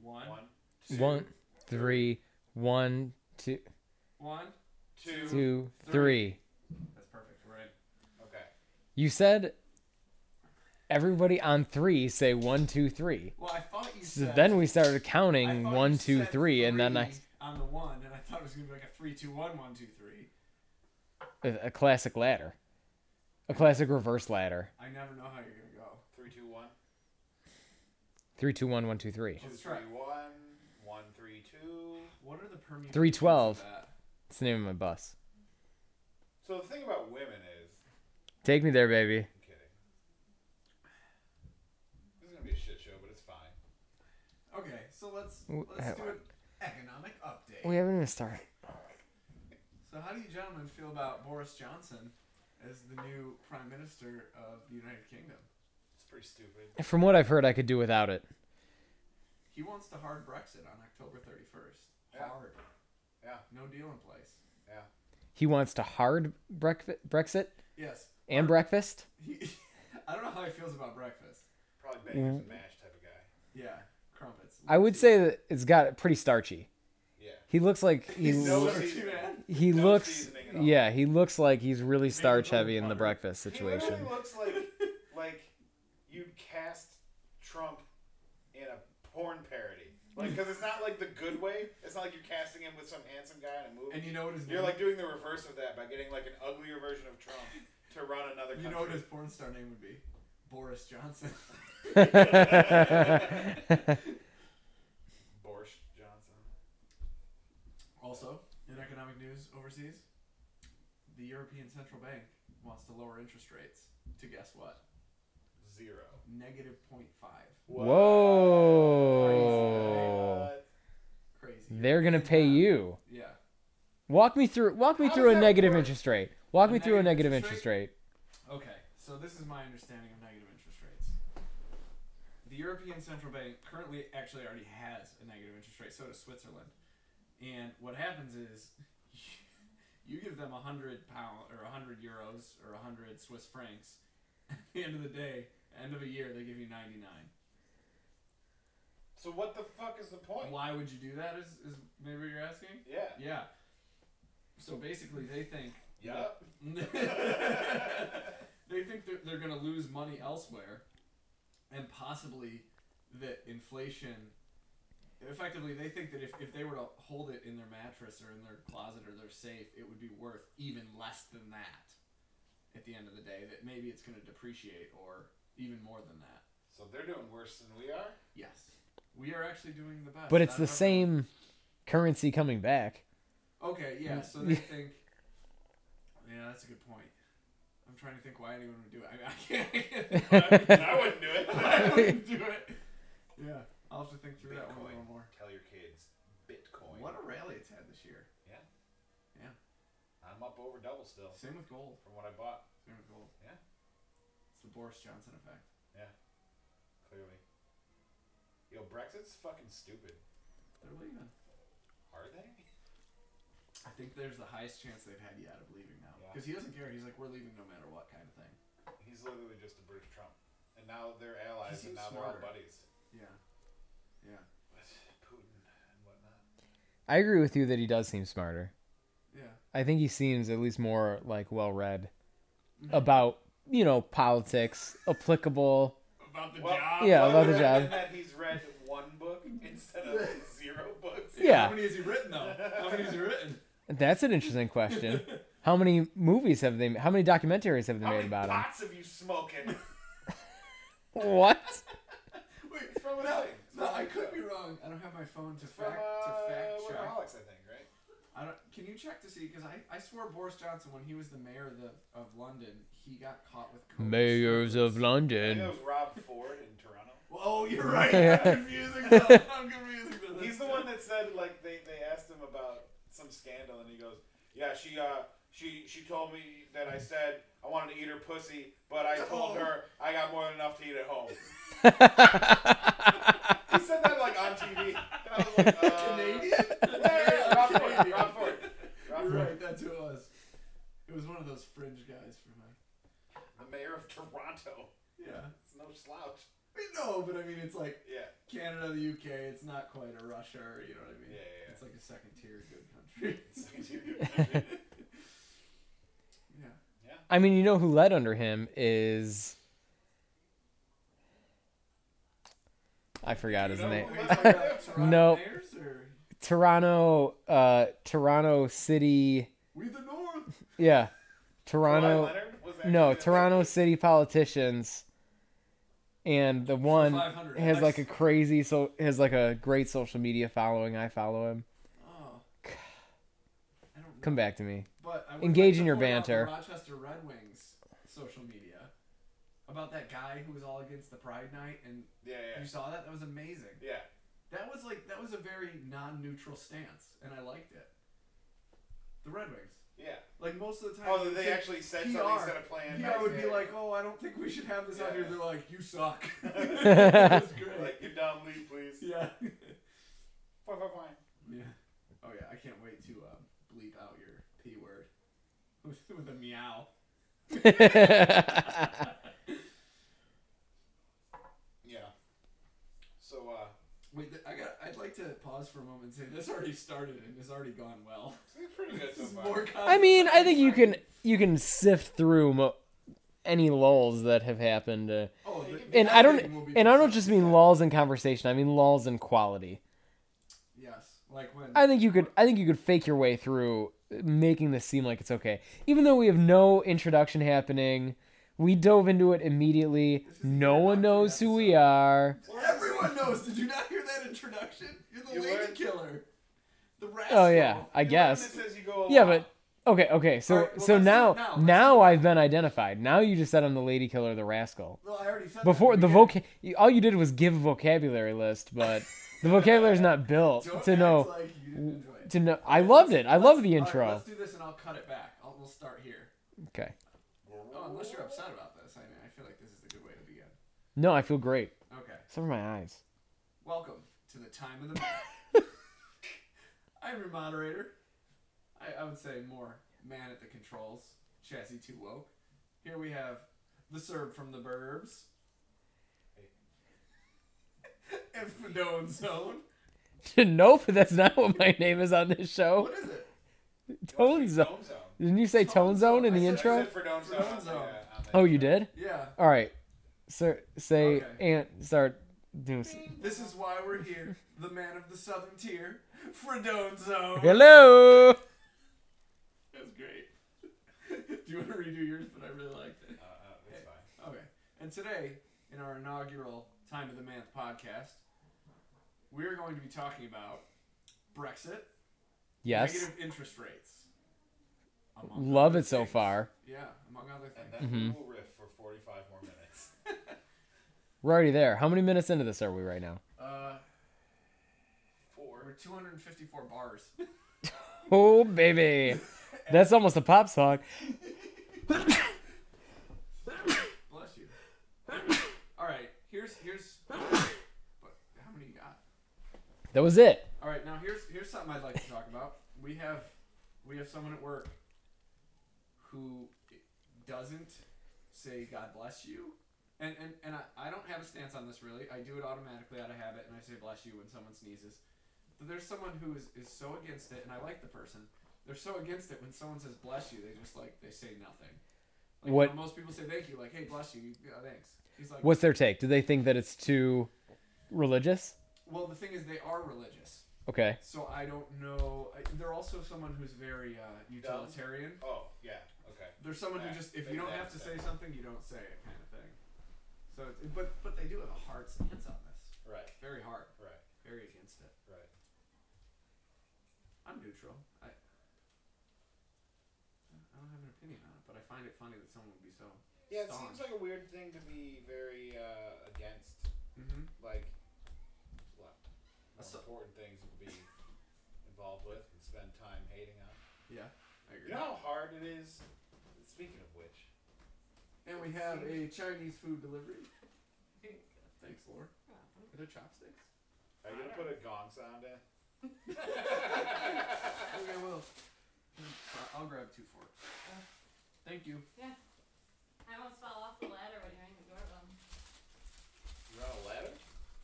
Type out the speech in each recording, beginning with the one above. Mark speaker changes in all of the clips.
Speaker 1: One,
Speaker 2: One, two,
Speaker 3: One, three, one, two,
Speaker 1: one, two.
Speaker 3: two,
Speaker 1: Three.
Speaker 3: three.
Speaker 1: That's perfect. We're in.
Speaker 2: Okay.
Speaker 3: You said everybody on three say one, two, three.
Speaker 1: Well, I thought you
Speaker 3: So
Speaker 1: said.
Speaker 3: then we started
Speaker 1: I
Speaker 3: counting
Speaker 1: thought
Speaker 3: one,
Speaker 1: you
Speaker 3: two,
Speaker 1: said
Speaker 3: three, and then I
Speaker 1: three on the one, and I thought it was gonna be like a three, two, one, one, two, three.
Speaker 3: a a classic ladder, a classic reverse ladder.
Speaker 1: I never know how you're gonna go.
Speaker 2: Three, two, one.
Speaker 3: Three, two, one, one, two, three.
Speaker 2: Two,
Speaker 1: Let's
Speaker 2: three,
Speaker 1: try.
Speaker 2: one. One, three, two.
Speaker 1: What are the permutations?
Speaker 3: 312.
Speaker 1: of that?
Speaker 3: It's the name of my bus.
Speaker 2: So the thing about women is,
Speaker 3: Take me there, baby.
Speaker 2: I'm kidding. This is gonna be a shit show, but it's fine.
Speaker 1: Okay, so let's
Speaker 3: W-
Speaker 1: let's do
Speaker 3: how-
Speaker 1: an economic update.
Speaker 3: We haven't even started.
Speaker 1: So, how do you gentlemen feel about Boris Johnson as the new Prime Minister of the United Kingdom?
Speaker 2: It's pretty stupid.
Speaker 3: From what I've heard, I could do without it.
Speaker 1: He wants the hard Brexit on October 31st.
Speaker 2: Yeah.
Speaker 1: Hard.
Speaker 2: Yeah.
Speaker 1: No deal in place.
Speaker 2: Yeah.
Speaker 3: He wants to hard brec- Brexit
Speaker 1: Yes.
Speaker 3: and breakfast.
Speaker 1: He, I don't know how he feels about breakfast.
Speaker 2: Probably bangers and mash type of guy.
Speaker 1: Yeah, crumpets.
Speaker 3: I would say that it's got pretty starchy.
Speaker 2: Yeah.
Speaker 3: He looks like he
Speaker 1: He's so
Speaker 3: lo-
Speaker 2: seasoning.
Speaker 1: starchy, man.
Speaker 3: he
Speaker 2: no
Speaker 3: looks
Speaker 2: seasoning at all.
Speaker 3: yeah he looks like he's really starch heavy in the
Speaker 1: motherfucker.
Speaker 3: breakfast
Speaker 2: He
Speaker 3: situation.
Speaker 2: literally looks like like you'd cast Trump in a porn parody. Like, because it's not like the good way. It's not like you're casting him with some handsome guy in a movie.
Speaker 1: And you know what his
Speaker 2: You're
Speaker 1: name-
Speaker 2: like doing the reverse of that by getting like an uglier version of Trump to run another country.
Speaker 1: You know what his porn star name would be? Boris Johnson.
Speaker 2: Boris Johnson.
Speaker 1: also, in economic news overseas, the European Central Bank wants to lower interest rates to guess what?
Speaker 2: Zero.
Speaker 1: Negative 0.5.
Speaker 3: Whoa!
Speaker 2: What?
Speaker 1: Crazy.
Speaker 3: They're gonna pay you.
Speaker 1: Yeah.
Speaker 3: Walk me through. Walk me
Speaker 2: How
Speaker 3: through
Speaker 2: does
Speaker 3: a
Speaker 2: that
Speaker 3: negative
Speaker 2: work?
Speaker 3: interest rate. Walk
Speaker 1: A
Speaker 3: me through a
Speaker 1: negative
Speaker 3: negative
Speaker 1: interest
Speaker 3: interest rate.
Speaker 1: Okay. So this is my understanding of negative interest rates. The European Central Bank currently actually already has a negative interest rate. So does Switzerland. And what happens is, you give them a hundred pound or a hundred euros or a hundred Swiss francs. At the end of the day, end of a year, they give you ninety nine.
Speaker 2: So what the fuck is the point?
Speaker 1: Why would you do that? Is is maybe what you're asking?
Speaker 2: Yeah.
Speaker 1: Yeah. So basically, they think.
Speaker 2: Yup.
Speaker 1: they think they're, they're going to lose money elsewhere and possibly that inflation effectively they think that if, if they were to hold it in their mattress or in their closet or their safe it would be worth even less than that at the end of the day that maybe it's going to depreciate or even more than that
Speaker 2: So they're doing worse than we are.
Speaker 1: yes we are actually doing the best
Speaker 3: But it's
Speaker 1: I
Speaker 3: the
Speaker 1: don't know.
Speaker 3: same currency coming back.
Speaker 1: okay yeah so they think yeah that's a good point i'm trying to think why anyone would do it i, mean, I can't
Speaker 2: I wouldn't do it.
Speaker 1: I wouldn't do it. Yeah, I'll have to think through that one a
Speaker 2: Bitcoin.
Speaker 1: little more.
Speaker 2: Tell your kids Bitcoin.
Speaker 1: What a rally it's had this year.
Speaker 2: Yeah.
Speaker 1: Yeah.
Speaker 2: I'm up over double still
Speaker 1: Same with gold.
Speaker 2: from what I bought.
Speaker 1: Same with gold.
Speaker 2: Yeah.
Speaker 1: It's the Boris Johnson effect.
Speaker 2: Clearly. Yo, Brexit's fucking stupid.
Speaker 1: They're leaving.
Speaker 2: Are they?
Speaker 1: I think there's the highest chance they've had yet of leaving now.
Speaker 2: Yeah.
Speaker 1: Because he doesn't care. He's like, we're leaving no matter what kind of thing.
Speaker 2: He's literally just a British Trump, and now they're allies, and
Speaker 1: seems
Speaker 2: now
Speaker 1: smarter.
Speaker 2: they're all buddies
Speaker 1: Yeah. Yeah.
Speaker 2: with Putin and whatnot.
Speaker 3: I agree with you that he does seem smarter.
Speaker 1: Yeah.
Speaker 3: I think he seems at least more like well read
Speaker 2: Mm-hmm.
Speaker 3: about you know politics applicable.
Speaker 1: About the
Speaker 2: Well,
Speaker 1: job.
Speaker 3: Yeah,
Speaker 2: well,
Speaker 3: about the
Speaker 2: other
Speaker 3: job.
Speaker 2: than That he's read one book instead of zero books.
Speaker 3: Yeah.
Speaker 1: How many has he written though? How many has he written?
Speaker 3: That's an interesting question. How many movies have they? How many documentaries have they
Speaker 2: How
Speaker 3: made
Speaker 2: many
Speaker 3: about him?
Speaker 2: pots have you smoking?
Speaker 3: What?
Speaker 1: Wait.
Speaker 2: It's from Italian. It's
Speaker 1: No,
Speaker 2: from
Speaker 1: I could be
Speaker 2: Italian.
Speaker 1: wrong. I don't have my phone to
Speaker 2: It's from,
Speaker 1: fact to fact
Speaker 2: uh,
Speaker 1: check.
Speaker 2: Workaholics, I think, right?
Speaker 1: I don't, can you check to see? Because I, I swore Boris Johnson, when he was the mayor of, the, of London, he got caught with coke.
Speaker 2: I think
Speaker 3: London.
Speaker 2: it was Rob Ford in Toronto.
Speaker 1: Well, oh, you're right. I'm confusing them. I'm confusing them.
Speaker 2: He's the one that said like they, they asked him about some scandal and he goes, Yeah, she uh she she told me that I said I wanted to eat her pussy, but I told her I got more than enough to eat at home. he said that like on TV. And I was like, uh,
Speaker 1: Canadian.
Speaker 2: Yeah, yeah, yeah, Rob Ford, Rob Ford.
Speaker 1: You're
Speaker 2: Rob Ford.
Speaker 1: right. That's who it was. It was one of those fringe guys from. Uh,
Speaker 2: The mayor of Toronto.
Speaker 1: yeah.
Speaker 2: It's no slouch.
Speaker 1: I mean, no, but I mean, it's like
Speaker 2: Yeah.
Speaker 1: Canada, the UK, UK, it's not quite a Russia, or- you know what I mean?
Speaker 2: Yeah, yeah,
Speaker 1: It's like a second tier good country.
Speaker 2: yeah.
Speaker 1: yeah.
Speaker 3: I mean, you know who led under him is. I forgot his
Speaker 2: You know
Speaker 3: name.
Speaker 2: who-
Speaker 1: Are you talking about Toronto
Speaker 3: Nope.
Speaker 1: Mayors or
Speaker 3: Toronto, uh, Toronto City.
Speaker 1: We the North?
Speaker 3: Yeah,
Speaker 2: Kawhi
Speaker 3: Toronto.
Speaker 2: Leonard was
Speaker 3: No,
Speaker 2: actually-
Speaker 3: Toronto City politicians. And the one
Speaker 1: 500.
Speaker 3: has like a crazy so has like a great social media following. I follow him.
Speaker 1: Oh. I don't know.
Speaker 3: Come back to me.
Speaker 1: But I would
Speaker 3: Engage
Speaker 1: like
Speaker 3: in
Speaker 1: to
Speaker 3: your
Speaker 1: point out the
Speaker 3: banter.
Speaker 1: Rochester Red Wings social media about that guy who was all against the Pride Night, and
Speaker 2: Yeah, yeah,
Speaker 1: you saw that. That was amazing.
Speaker 2: yeah.
Speaker 1: That was like that was a very non-neutral stance, and I liked it. The Red Wings,
Speaker 2: Yeah.
Speaker 1: like most of the time,
Speaker 2: Oh,
Speaker 1: you
Speaker 2: they
Speaker 1: think
Speaker 2: actually said
Speaker 1: PR,
Speaker 2: something instead of playing.
Speaker 1: PR
Speaker 2: nice,
Speaker 1: would be
Speaker 2: yeah.
Speaker 1: like, "Oh, I don't think we should have this out here."
Speaker 2: Yeah.
Speaker 1: They're like, "You suck." That was great.
Speaker 2: like get down, leave, please.
Speaker 1: yeah.
Speaker 2: Fine, fine, fine.
Speaker 1: Yeah. Oh yeah, I can't wait to uh, bleep out your p word with, with a meow.
Speaker 2: Yeah. So, uh,
Speaker 1: Wait, th- I got. I'd like to pause for a moment and say this already started and has already gone well.
Speaker 2: it's pretty good so
Speaker 1: This is
Speaker 2: far.
Speaker 1: more content
Speaker 3: I mean,
Speaker 1: than
Speaker 3: I think you
Speaker 1: expected.
Speaker 3: can you can sift through mo- any lulls that have happened. Uh,
Speaker 1: Oh,
Speaker 2: And
Speaker 1: the-
Speaker 3: and I don't
Speaker 1: everything will be
Speaker 3: and I don't just
Speaker 1: consistent.
Speaker 3: mean lulls in conversation. I mean lulls in quality.
Speaker 1: Yes, like when
Speaker 3: I think you could I think you could fake your way through making this seem like it's okay. Even though we have no introduction happening, we dove into it immediately.
Speaker 1: This is the
Speaker 3: No one
Speaker 1: introduction
Speaker 3: knows who we
Speaker 1: episode.
Speaker 3: are.
Speaker 1: everyone knows. Did you not hear that introduction? You're the
Speaker 2: You
Speaker 1: lady
Speaker 2: learned-
Speaker 1: killer. The rascal.
Speaker 3: Oh yeah, I
Speaker 2: You learn
Speaker 3: guess.
Speaker 2: this as you go
Speaker 3: Yeah,
Speaker 2: along.
Speaker 3: but okay, okay. So
Speaker 1: Alright, well,
Speaker 3: so
Speaker 1: let's do it
Speaker 3: now
Speaker 1: now. Let's do
Speaker 3: now,
Speaker 1: it
Speaker 3: I've been identified. Now you just said I'm the lady killer, the rascal.
Speaker 1: Well, I already said
Speaker 3: Before
Speaker 1: that.
Speaker 3: the
Speaker 1: We
Speaker 3: voc all you did was give a vocabulary list, but the vocabulary's not built
Speaker 1: can't- don't
Speaker 3: to
Speaker 1: act
Speaker 3: know
Speaker 1: Like you didn't enjoy it.
Speaker 3: to know. I loved it. I loved the
Speaker 1: Let's- all right,
Speaker 3: intro.
Speaker 1: let's do this and I'll cut it back. I'll, we'll start here.
Speaker 3: Okay.
Speaker 1: Oh, unless you're upset about this. I mean, I feel like this is a good way to begin.
Speaker 3: No, I feel great.
Speaker 1: Okay.
Speaker 3: Some of my eyes.
Speaker 1: Welcome to the time of the month. I'm your moderator. I, I would say more man at the controls, chassis two woke. Here we have the Serb from the Burbs. and Fedone Zone.
Speaker 3: nope, that's not what my name is on this show.
Speaker 1: What is it?
Speaker 3: Tone Zone.
Speaker 2: Dome zone.
Speaker 3: Didn't you say Tone Zone in the
Speaker 1: I said-
Speaker 3: intro?
Speaker 2: Except for dome
Speaker 1: For
Speaker 2: zone.
Speaker 1: dome zone.
Speaker 2: Yeah, on the
Speaker 3: Oh, you
Speaker 2: intro.
Speaker 3: did.
Speaker 1: Yeah.
Speaker 3: All right. Sir, say
Speaker 1: Okay.
Speaker 3: and start doing. s-
Speaker 1: This is why we're here. The man of the southern tier, Fredone Zone.
Speaker 3: Hello.
Speaker 1: That was great. Do you want to redo yours? But I really liked it.
Speaker 2: Uh, uh, it's fine.
Speaker 1: Okay. And today, in our inaugural Time of the Month podcast, we're going to be talking about Brexit,
Speaker 3: Yes.
Speaker 1: negative interest rates. among
Speaker 3: Love
Speaker 1: other
Speaker 3: it so
Speaker 1: things.
Speaker 3: far.
Speaker 1: Yeah, among other
Speaker 2: And
Speaker 1: things.
Speaker 2: then
Speaker 3: Mm-hmm.
Speaker 2: we will riff for 45 more minutes.
Speaker 3: We're already there. How many minutes into this are we right now?
Speaker 1: Uh, four, 254 bars.
Speaker 3: Oh baby, that's almost a pop song.
Speaker 1: Bless you. All right, here's here's. But how many you got?
Speaker 3: That was it.
Speaker 1: All right, now here's here's something I'd like to talk about. We have we have someone at work who doesn't say God bless you, and and and I, I don't have a stance on this really. I do it automatically out of habit, and I say bless you when someone sneezes. But there's someone who is is so against it, and I like the person. They're so against it when someone says bless you, they just like they say nothing. Like, you
Speaker 3: What-
Speaker 1: know, most people say thank you, like hey bless you, yeah, thanks. He's like,
Speaker 3: What's their take? Do they think that it's too religious?
Speaker 1: well, the thing is they are religious.
Speaker 3: Okay.
Speaker 1: So I don't know. I- They're also someone who's very uh, utilitarian.
Speaker 2: Oh, yeah. Okay.
Speaker 1: They're someone who
Speaker 2: Yeah,
Speaker 1: just if
Speaker 2: they
Speaker 1: you don't
Speaker 2: do that
Speaker 1: have to say
Speaker 2: instead.
Speaker 1: something, you don't say it, kind of thing. So, it's, but but they do have a hard stance on this.
Speaker 2: Right.
Speaker 1: Very hard.
Speaker 2: Right.
Speaker 1: Very against it.
Speaker 2: Right.
Speaker 1: I'm neutral. I I don't have an opinion on it, but I find it funny that someone would be so.
Speaker 2: Yeah, it seems like a weird thing to be very uh, against.
Speaker 1: hmm
Speaker 2: Like, what? More
Speaker 1: So-
Speaker 2: important things to be involved with and spend time hating on.
Speaker 1: Yeah, I agree.
Speaker 2: You know how hard it is? Speaking of which,
Speaker 1: And we have a Chinese food delivery. Thanks, Lord. Are there chopsticks?
Speaker 2: are you going to put a gong sound in?
Speaker 1: Okay, Oh, well, I- Hmm, I'll grab two forks. Thank you.
Speaker 4: I almost fell off the ladder when you rang the doorbell.
Speaker 2: You're on a ladder?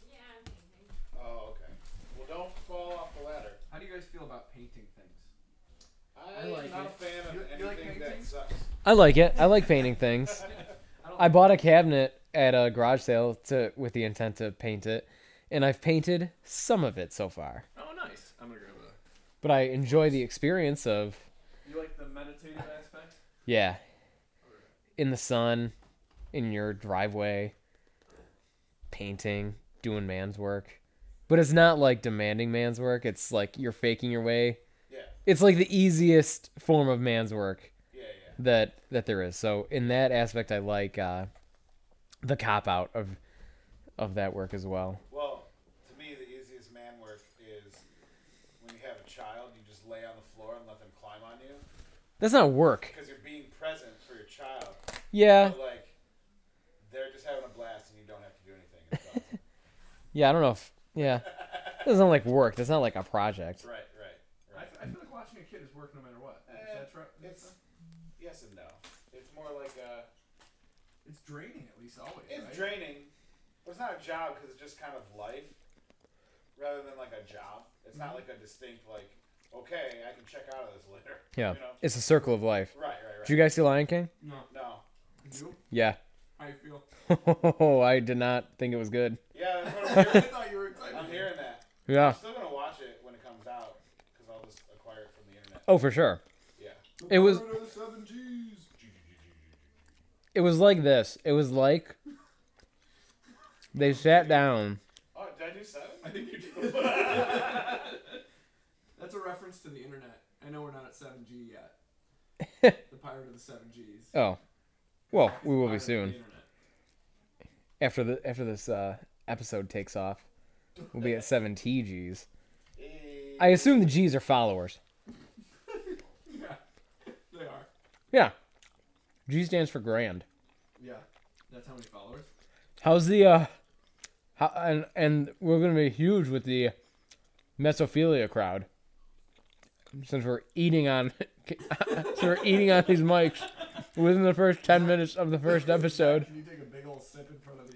Speaker 4: Yeah, I'm thinking.
Speaker 2: Oh,
Speaker 5: painting things.
Speaker 2: I
Speaker 5: I like
Speaker 2: am not
Speaker 5: it.
Speaker 2: a fan of
Speaker 5: You- you like
Speaker 2: anything that
Speaker 5: painting?
Speaker 2: sucks.
Speaker 3: I like it. I like painting things.
Speaker 5: I don't
Speaker 3: I bought a cabinet at a garage sale to with the intent to paint it, and I've painted some of it so far.
Speaker 1: Oh, nice. I'm gonna grab that.
Speaker 3: But I enjoy the experience of
Speaker 5: You like the meditative aspect?
Speaker 3: yeah, in the sun, in your driveway, painting, doing man's work. But it's not like demanding man's work. It's like you're faking your way.
Speaker 2: Yeah,
Speaker 3: It's like the easiest form of man's work
Speaker 2: yeah, yeah.
Speaker 3: that that there is. So in that aspect, I like uh, the cop out of of that work as well.
Speaker 2: Well, to me, the easiest man work is when you have a child, you just lay on the floor and let them climb on you
Speaker 3: That's not work.
Speaker 2: because you're being present for your child.
Speaker 3: Yeah,
Speaker 2: But like, they're just having a blast and you don't have to do anything. It's awesome.
Speaker 3: yeah. I don't know if yeah. That doesn't like work. That's not like a project.
Speaker 2: right, right,
Speaker 5: I,
Speaker 2: right.
Speaker 5: f- I feel like watching a kid is work no matter what. Is
Speaker 2: Eh,
Speaker 5: that right?
Speaker 2: It's yes and no. It's more like uh,
Speaker 5: it's draining at least always.
Speaker 2: it's
Speaker 5: right?
Speaker 2: draining, but it's not a job because it's just kind of life, rather than like a job. It's not like a distinct like, okay, I can check out of this later.
Speaker 3: Yeah,
Speaker 2: You know?
Speaker 3: it's a circle of life.
Speaker 2: Right, right, right.
Speaker 3: Did you guys see Lion King?
Speaker 1: No,
Speaker 2: no.
Speaker 1: you.
Speaker 3: Yeah.
Speaker 1: How you feel?
Speaker 3: I did not think it was good.
Speaker 2: Yeah, that's what I'm
Speaker 1: I
Speaker 2: hearing.
Speaker 1: thought you were excited.
Speaker 2: I'm hearing that. I'm
Speaker 3: Yeah.
Speaker 2: still gonna watch it when it comes out because I'll just acquire it from the internet.
Speaker 3: Oh, for sure.
Speaker 2: Yeah.
Speaker 3: It was-
Speaker 5: Florida Seven G's.
Speaker 3: It was like this. It was like they sat down.
Speaker 2: Oh, did I do seven?
Speaker 5: I think you did.
Speaker 1: That's a reference to the internet. I know we're not at 7G yet. the Pirate of the Seven Gs.
Speaker 3: Oh, well, we will be
Speaker 1: Pirate of the
Speaker 3: soon.
Speaker 1: internet.
Speaker 3: After the after this uh, episode takes off, we'll be at seven TGs.
Speaker 2: Eh,
Speaker 3: I assume the G's are followers.
Speaker 1: They are.
Speaker 3: Yeah. G stands for grand.
Speaker 1: Yeah. That's how many followers?
Speaker 3: How's the uh how, and and we're going to be huge with the mesophilia crowd since we're eating on since we're eating on these mics within the first 10 minutes of the first episode.
Speaker 1: Can you take a big old sip in front of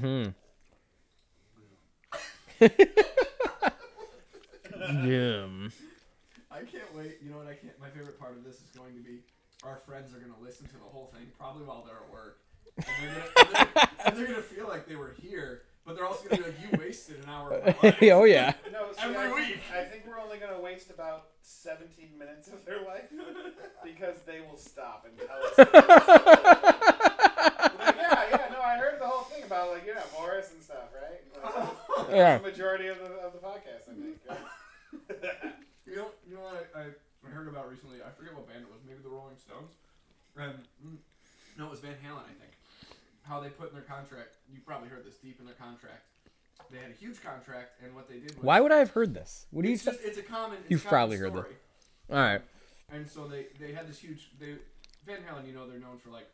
Speaker 1: the. Uh...
Speaker 3: Mm, mhm. Yum.
Speaker 1: I can't wait. You know what? I can't. My favorite part of this is going to be our friends are going to listen to the whole thing probably while they're at work, and they're gonna, and they're, and they're gonna feel like they were here, but they're also gonna be like, "You wasted an hour of my life."
Speaker 3: oh yeah.
Speaker 2: No, see,
Speaker 1: Every
Speaker 2: I,
Speaker 1: week.
Speaker 2: I think we're only gonna waste about 17 minutes of their life because they will stop and tell us. Like, yeah, yeah, no, I heard the whole thing about like you know Morris and stuff, right? Like,
Speaker 1: Uh-huh.
Speaker 3: Yeah.
Speaker 2: that's the majority of the, of the podcast, I think. right?
Speaker 1: You know, you know what I, I heard about recently? I forget what band it was. Maybe the Rolling Stones. Um, mm, no, it was Van Halen, I think. How they put in their contract. You probably heard this deep in their contract. They had a huge contract, and what they did was
Speaker 3: Why would I have heard this? What do you
Speaker 1: it's,
Speaker 3: say?
Speaker 1: just, it's a common. It's
Speaker 3: You've
Speaker 1: a common
Speaker 3: probably heard that.
Speaker 1: story.
Speaker 3: All right.
Speaker 1: And so they they had this huge they Van Halen, you know, they're known for like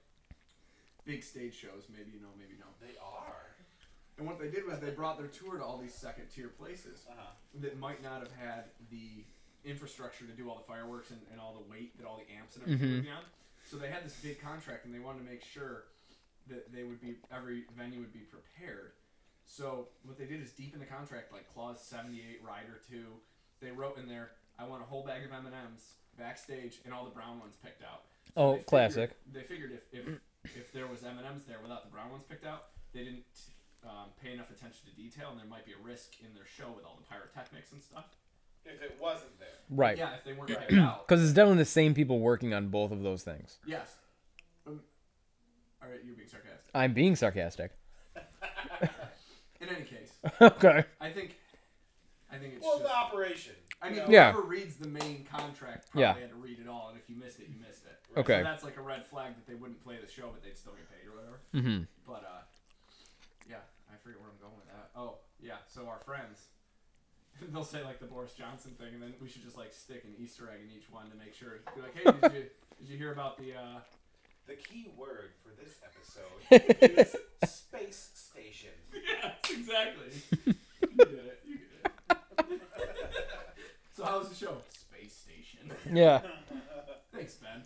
Speaker 1: big stage shows, maybe you know, maybe no.
Speaker 2: they are.
Speaker 1: And what they did was they brought their tour to all these second tier places
Speaker 2: Uh-huh.
Speaker 1: that might not have had the infrastructure to do all the fireworks and, and all the weight that all the amps and everything would be on. So they had this big contract and they wanted to make sure that they would be every venue would be prepared. So what they did is deep in the contract, like clause seventy eight, rider two, they wrote in there, I want a whole bag of M and M's backstage and all the brown ones picked out. So
Speaker 3: Oh,
Speaker 1: they figured-
Speaker 3: classic.
Speaker 1: They figured if, if if there was M and M's there without the brown ones picked out, they didn't um, pay enough attention to detail, and there might be a risk in their show with all the pyrotechnics and stuff.
Speaker 2: If it wasn't there,
Speaker 3: Right.
Speaker 1: Yeah, if they weren't picked out.
Speaker 3: Because it's definitely the same people working on both of those things.
Speaker 1: Yes. Um, all right, you're being sarcastic.
Speaker 3: I'm being sarcastic.
Speaker 1: In any case,
Speaker 3: okay.
Speaker 1: I think, I think it's
Speaker 2: well,
Speaker 1: just.
Speaker 2: the operation.
Speaker 1: I
Speaker 2: you
Speaker 1: mean,
Speaker 2: know?
Speaker 3: Yeah.
Speaker 1: whoever reads the main contract probably
Speaker 3: Yeah.
Speaker 1: had to read it all, and if you missed it, you missed it.
Speaker 3: Okay.
Speaker 1: So that's like a red flag that they wouldn't play the show, but they'd still get paid or whatever.
Speaker 3: Mm-hmm.
Speaker 1: But uh, yeah, I forget where I'm going with that. Oh, yeah. So our friends, they'll say like the Boris Johnson thing, and then we should just like stick an Easter egg in each one to make sure. Be like, hey, did you did you hear about the? Uh...
Speaker 2: The key word for this episode is space station.
Speaker 1: Yes, exactly. you get it. You get it. so how was the show? Space Station.
Speaker 3: Yeah.
Speaker 1: Thanks, Ben.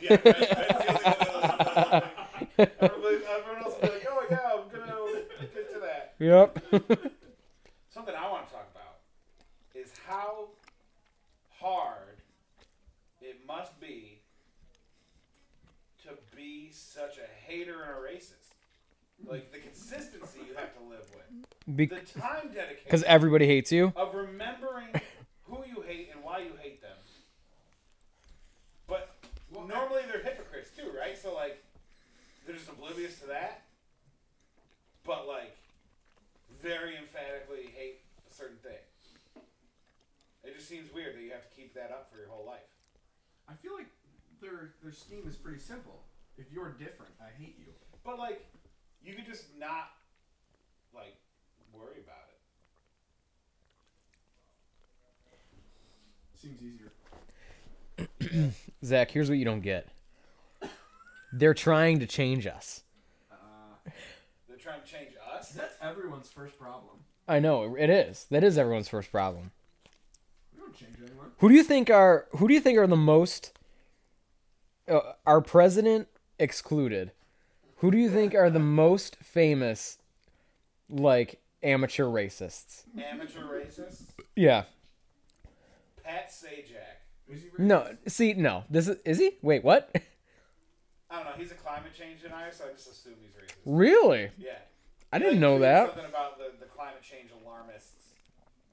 Speaker 2: Yeah, right. That's the only thing that I was thinking. Everybody- Everyone else will be like, oh yeah, I'm gonna get to that.
Speaker 3: Yep.
Speaker 2: Something I want to talk about how hard it must be to be such a hater and a racist. Like the consistency you have to live with, the time
Speaker 3: because
Speaker 2: dedication
Speaker 3: everybody hates you.
Speaker 2: of remembering who you hate and why you hate them. But normally they're hypocrites too, right? So like they're just oblivious to that, but like very emphatically hate a certain thing. It just seems weird that you have to keep that up for your whole life.
Speaker 1: I feel like their their scheme is pretty simple. If you're different, I hate you.
Speaker 2: But like you could just not like worry about it.
Speaker 1: Seems easier.
Speaker 3: Zach, here's what you don't get. They're trying to change us.
Speaker 1: Uh,
Speaker 2: They're trying to change us.
Speaker 1: that's everyone's first problem.
Speaker 3: I know it is. That is everyone's first problem.
Speaker 1: We don't change anyone.
Speaker 3: Who do you think are who do you think are the most uh, our president excluded? Who do you think are the most famous like amateur racists?
Speaker 2: Amateur racist.
Speaker 3: Yeah.
Speaker 2: Pat Sajak.
Speaker 1: Is he racist?
Speaker 3: No, see no. This is is he? Wait, what?
Speaker 2: I don't know. He's a climate change denier, so I just assume he's racist.
Speaker 3: Really?
Speaker 2: Yeah.
Speaker 3: I didn't
Speaker 2: Like,
Speaker 3: know
Speaker 2: tweeted
Speaker 3: that.
Speaker 2: Something about the, the climate change alarmists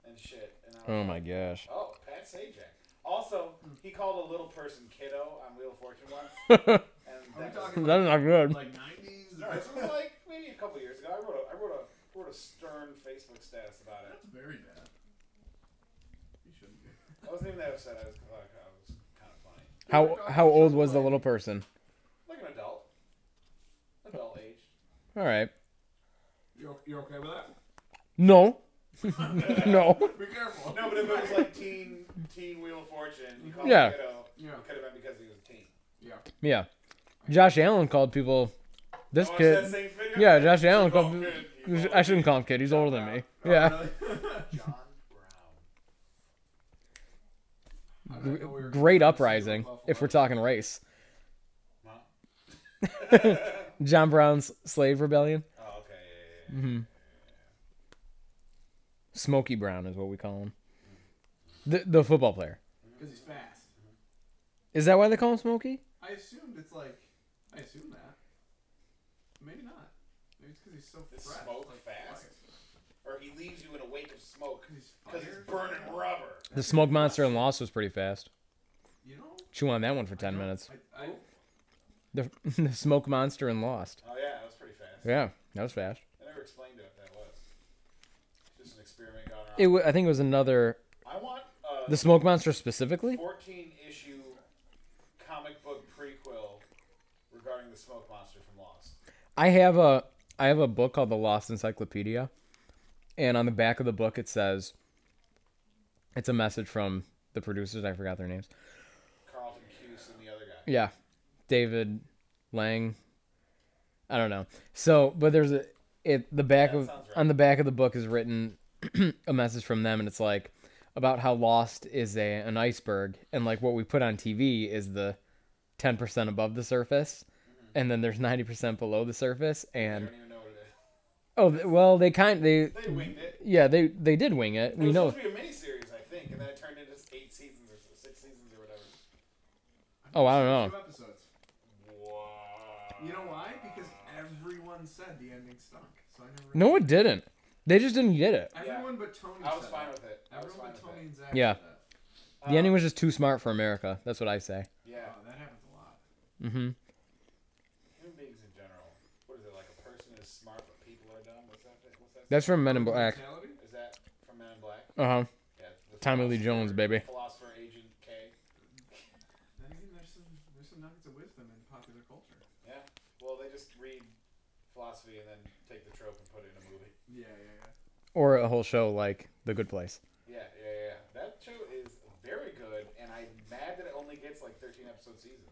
Speaker 2: and shit. And I was
Speaker 3: Oh
Speaker 2: like,
Speaker 3: my gosh.
Speaker 2: Oh, Pat Sajak. Also, he called a little person kiddo on Wheel of Fortune once.
Speaker 3: That's
Speaker 2: And
Speaker 1: Are we
Speaker 2: that was,
Speaker 1: talking
Speaker 3: not good.
Speaker 1: like nineties?
Speaker 2: no, this was like maybe a couple years ago. I wrote a I wrote a wrote a stern Facebook status about it.
Speaker 5: That's very bad. You shouldn't. Be.
Speaker 2: I wasn't even that upset. I was like, I was kind of funny,
Speaker 3: How how old was the little person?
Speaker 2: like an adult, adult age.
Speaker 3: All right.
Speaker 1: You're, you're okay with that?
Speaker 3: No. no.
Speaker 1: Be careful.
Speaker 2: No, but if it was like teen teen Wheel of Fortune, you called
Speaker 3: Yeah.
Speaker 2: him kiddo.
Speaker 1: Yeah.
Speaker 2: It could have been because he was a teen.
Speaker 3: Yeah. Josh Allen called people this
Speaker 2: You watch that
Speaker 3: kid.
Speaker 2: Oh, same video?
Speaker 3: Yeah, Josh Allen
Speaker 2: He's all
Speaker 3: called
Speaker 2: good. He's
Speaker 3: people.
Speaker 2: all
Speaker 3: I shouldn't
Speaker 2: good.
Speaker 3: call him kid. He's older than me.
Speaker 2: Oh,
Speaker 3: Yeah.
Speaker 2: John Brown.
Speaker 1: I didn't
Speaker 3: Gr-
Speaker 1: know we were
Speaker 3: Great
Speaker 1: gonna
Speaker 3: uprising
Speaker 1: see you in
Speaker 3: if we're
Speaker 1: Buffalo.
Speaker 3: talking race.
Speaker 2: Huh?
Speaker 3: John Brown's slave rebellion.
Speaker 2: Oh, okay. yeah, yeah, yeah.
Speaker 3: Mm-hmm. Smoky Brown is what we call him. The the football player.
Speaker 1: Because he's fast.
Speaker 3: Is that why they call him Smoky?
Speaker 1: I assumed it's like. I assume that. Maybe not. Maybe it's because he's so
Speaker 2: Is
Speaker 1: fresh.
Speaker 2: smoke
Speaker 1: like
Speaker 2: fast? Or he leaves you in a wake of smoke
Speaker 1: Because he's
Speaker 2: because he's
Speaker 1: fire.
Speaker 2: burning rubber.
Speaker 3: The smoke monster in Lost was pretty fast.
Speaker 1: You know.
Speaker 3: Chew on that one for
Speaker 1: I
Speaker 3: ten
Speaker 1: don't-
Speaker 3: minutes.
Speaker 1: I, I,
Speaker 3: The, the smoke monster in Lost.
Speaker 2: Oh yeah, that was pretty fast.
Speaker 3: Yeah, that was fast.
Speaker 2: I never explained what that was. Just an experiment gone
Speaker 3: It
Speaker 2: wrong.
Speaker 3: w- I think it was another
Speaker 2: I want uh,
Speaker 3: the smoke monster specifically.
Speaker 2: 14 issue comic book prequel regarding the smoke monster from Lost.
Speaker 3: I have a I have a book called The Lost Encyclopedia, and on the back of the book it says it's a message from the producers. I forgot their names.
Speaker 2: Carlton Cuse and the other guy.
Speaker 3: Yeah, David Lang. I don't know. So, but there's a it the back
Speaker 2: Yeah, that
Speaker 3: of
Speaker 2: sounds right.
Speaker 3: on the back of the book is written a message from them, and it's like about how Lost is a an iceberg, and like what we put on TV is the ten percent above the surface,
Speaker 2: Mm-hmm.
Speaker 3: and then there's ninety percent below the surface,
Speaker 2: I
Speaker 3: and
Speaker 2: don't even know what it is.
Speaker 3: Oh th- well, they kind they
Speaker 2: They winged it.
Speaker 3: yeah they they did wing it.
Speaker 2: it
Speaker 3: We
Speaker 2: was
Speaker 3: know.
Speaker 2: supposed to be a miniseries, I think, and then it turned into eight seasons or so- six seasons or whatever.
Speaker 3: Oh, I don't
Speaker 1: Two
Speaker 3: know.
Speaker 1: episodes.
Speaker 2: Wow.
Speaker 1: You know why? Because everyone said the ending stunk. So I never.
Speaker 3: No, it didn't. They just didn't get it.
Speaker 1: Everyone but Tony.
Speaker 2: I was
Speaker 1: said
Speaker 2: fine
Speaker 1: that.
Speaker 2: with it. I was
Speaker 1: Everyone
Speaker 2: fine
Speaker 1: but
Speaker 2: with
Speaker 1: Tony
Speaker 2: it.
Speaker 1: and Zach.
Speaker 3: Yeah.
Speaker 1: Said that.
Speaker 3: The ending
Speaker 2: Um,
Speaker 3: was just too smart for America. That's what I say.
Speaker 2: Yeah,
Speaker 1: Wow, that happens a lot.
Speaker 3: Mm-hmm.
Speaker 2: human beings in general. What is it like? A person is smart, but people are dumb. What's that? thi- What's that?
Speaker 3: That's from Men in Black.
Speaker 1: Mentality?
Speaker 2: is that from Men in Black?
Speaker 3: Uh huh.
Speaker 2: Yeah. the
Speaker 3: Tommy
Speaker 2: philosopher-
Speaker 3: Lee Jones, baby.
Speaker 2: Philosopher Agent K.
Speaker 1: Then again, there's some there's some nuggets of wisdom in popular culture.
Speaker 2: Yeah. Well, they just read philosophy and then take the trope and put it in a movie.
Speaker 1: Yeah, yeah, yeah.
Speaker 3: Or a whole show like The Good Place.
Speaker 2: Yeah, yeah, yeah. That show is very good, and I'm mad that it only gets like 13 episode seasons.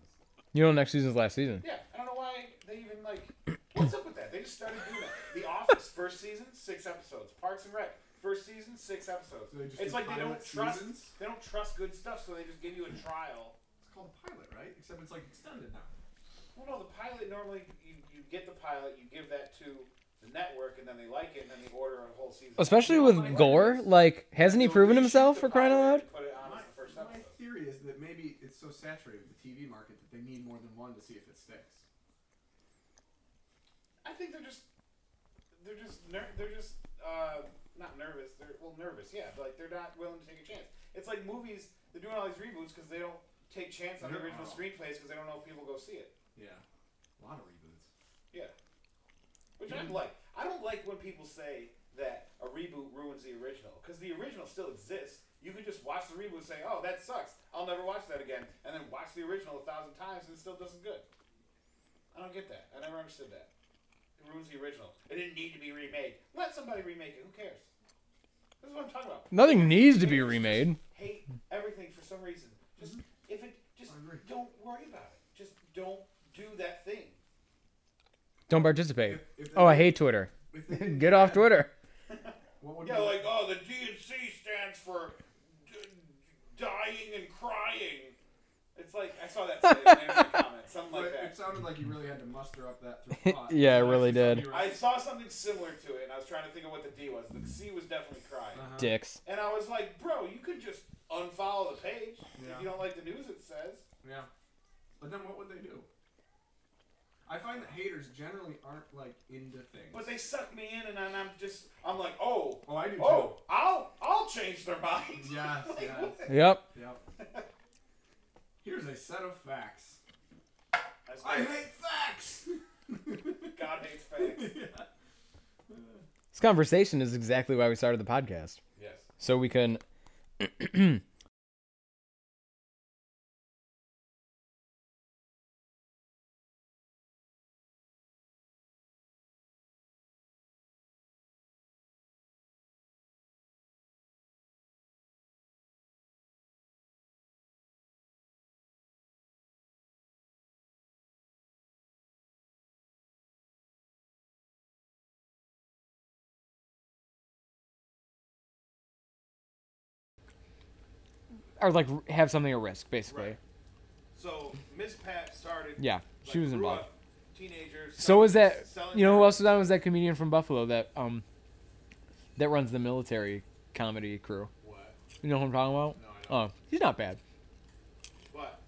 Speaker 3: You know, next season's last season.
Speaker 2: Yeah, I don't know why they even like. What's up with that? They just started doing that. The Office first season six episodes. Parks and Rec first season six episodes.
Speaker 1: So they just
Speaker 2: it's
Speaker 1: do
Speaker 2: like they
Speaker 1: pilot
Speaker 2: don't trust.
Speaker 1: seasons?
Speaker 2: They don't trust good stuff, so they just give you a trial.
Speaker 1: It's called a pilot, right? Except it's like extended now.
Speaker 2: Well, no, the pilot normally you, you get the pilot, you give that to the network, and then they like it, and then they order a whole season.
Speaker 3: Especially with Gore, like hasn't he
Speaker 2: So
Speaker 3: proven
Speaker 2: they
Speaker 3: himself
Speaker 2: shoot
Speaker 3: for
Speaker 2: the
Speaker 3: crying out
Speaker 2: pilot
Speaker 3: loud?
Speaker 2: and Put it on as the first
Speaker 1: My
Speaker 2: episode.
Speaker 1: theory is that maybe it's so saturated with the TV market that they need more than one to see if it sticks.
Speaker 2: I think they're just they're just ner- they're just uh, not nervous. They're well nervous, yeah. But like they're not willing to take a chance. It's like movies. They're doing all these reboots because they don't take chance on the
Speaker 1: They're
Speaker 2: original
Speaker 1: out.
Speaker 2: screenplays because they don't know if people go see it.
Speaker 1: Yeah, a lot of reboots.
Speaker 2: Yeah, which I like. I don't like when people say that a reboot ruins the original because the original still exists. You can just watch the reboot and say, "Oh, that sucks. I'll never watch that again," and then watch the original a thousand times and it still doesn't good. I don't get that. I never understood that. It ruins the original. It didn't need to be remade. Let somebody remake it. Who cares? This is what I'm talking about.
Speaker 3: Nothing needs to be remade.
Speaker 2: Hate everything for some reason. Just if it, just
Speaker 1: Mm-hmm. I agree.
Speaker 2: don't worry about it. Just don't do that thing.
Speaker 3: Don't participate.
Speaker 1: If- if they
Speaker 3: Oh, I
Speaker 1: did-
Speaker 3: hate Twitter.
Speaker 1: if they did
Speaker 3: Get off
Speaker 1: that,
Speaker 3: Twitter.
Speaker 1: What would
Speaker 2: Yeah,
Speaker 1: be-
Speaker 2: like oh, the DNC stands for d- dying and crying. It's like I saw that today in the comment, something
Speaker 1: But
Speaker 2: like
Speaker 1: it
Speaker 2: that.
Speaker 1: sounded like you really had to muster up that through thought.
Speaker 3: Yeah, it really
Speaker 1: Actually,
Speaker 3: did.
Speaker 1: you were-
Speaker 2: I saw something similar to it, and I was trying to think of what the D was. The C was definitely crying,
Speaker 1: Uh-huh.
Speaker 3: Dicks.
Speaker 2: and I was like, bro, you could just unfollow the page
Speaker 1: Yeah.
Speaker 2: if you don't like the news it says.
Speaker 1: Yeah. But then what would they do? I find that haters generally aren't like into things.
Speaker 2: But they suck me in, and then I'm just, I'm like, oh,
Speaker 1: oh, I do too.
Speaker 2: oh, I'll, I'll change their mind.
Speaker 1: Yes,
Speaker 2: Like,
Speaker 1: yes.
Speaker 2: what?
Speaker 3: Yep.
Speaker 1: Yep. Here's a set of facts.
Speaker 2: That's
Speaker 1: I
Speaker 2: great.
Speaker 1: hate facts.
Speaker 2: God hates facts.
Speaker 3: This conversation is exactly why we started the podcast.
Speaker 2: yes.
Speaker 3: So we can or like r- have something at risk basically.
Speaker 2: Right. So Miss Pat started.
Speaker 3: Yeah,
Speaker 2: like,
Speaker 3: she was
Speaker 2: grew
Speaker 3: involved.
Speaker 2: up, Teenager.
Speaker 3: So was that
Speaker 2: selling
Speaker 3: you know who
Speaker 2: her-
Speaker 3: else was on was that comedian from Buffalo that um that runs the military comedy crew.
Speaker 2: What?
Speaker 3: You know who I'm talking about?
Speaker 2: No, I don't.
Speaker 3: Oh, he's not bad.
Speaker 2: But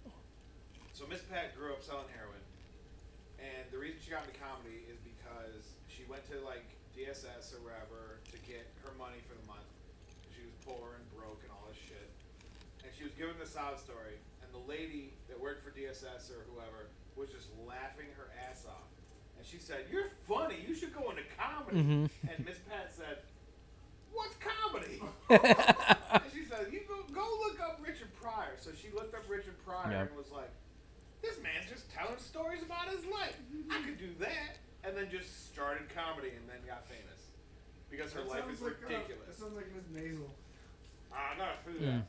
Speaker 2: so Miss Pat grew up selling heroin, and the reason she got into comedy is because she went to like DSS or wherever to get her money for the month. She was poor and broke and all this shit, and she was given this sob story, and the lady that worked for DSS or whoever was just laughing her ass off, and she said, "You're funny. You should go into comedy." And Miss Pat said, "What's comedy?" and she said, "You go, go look up Richard Pryor." So she looked up Richard Pryor
Speaker 3: Yeah.
Speaker 2: and was like, "This man's just telling stories about his life. I could do that." And then just started comedy and then got famous because her
Speaker 1: That
Speaker 2: life
Speaker 1: sounds
Speaker 2: is
Speaker 1: like, uh, that
Speaker 2: ridiculous.
Speaker 1: sounds like Miss Maisel.
Speaker 2: Ah, no, screw that.
Speaker 3: Mm.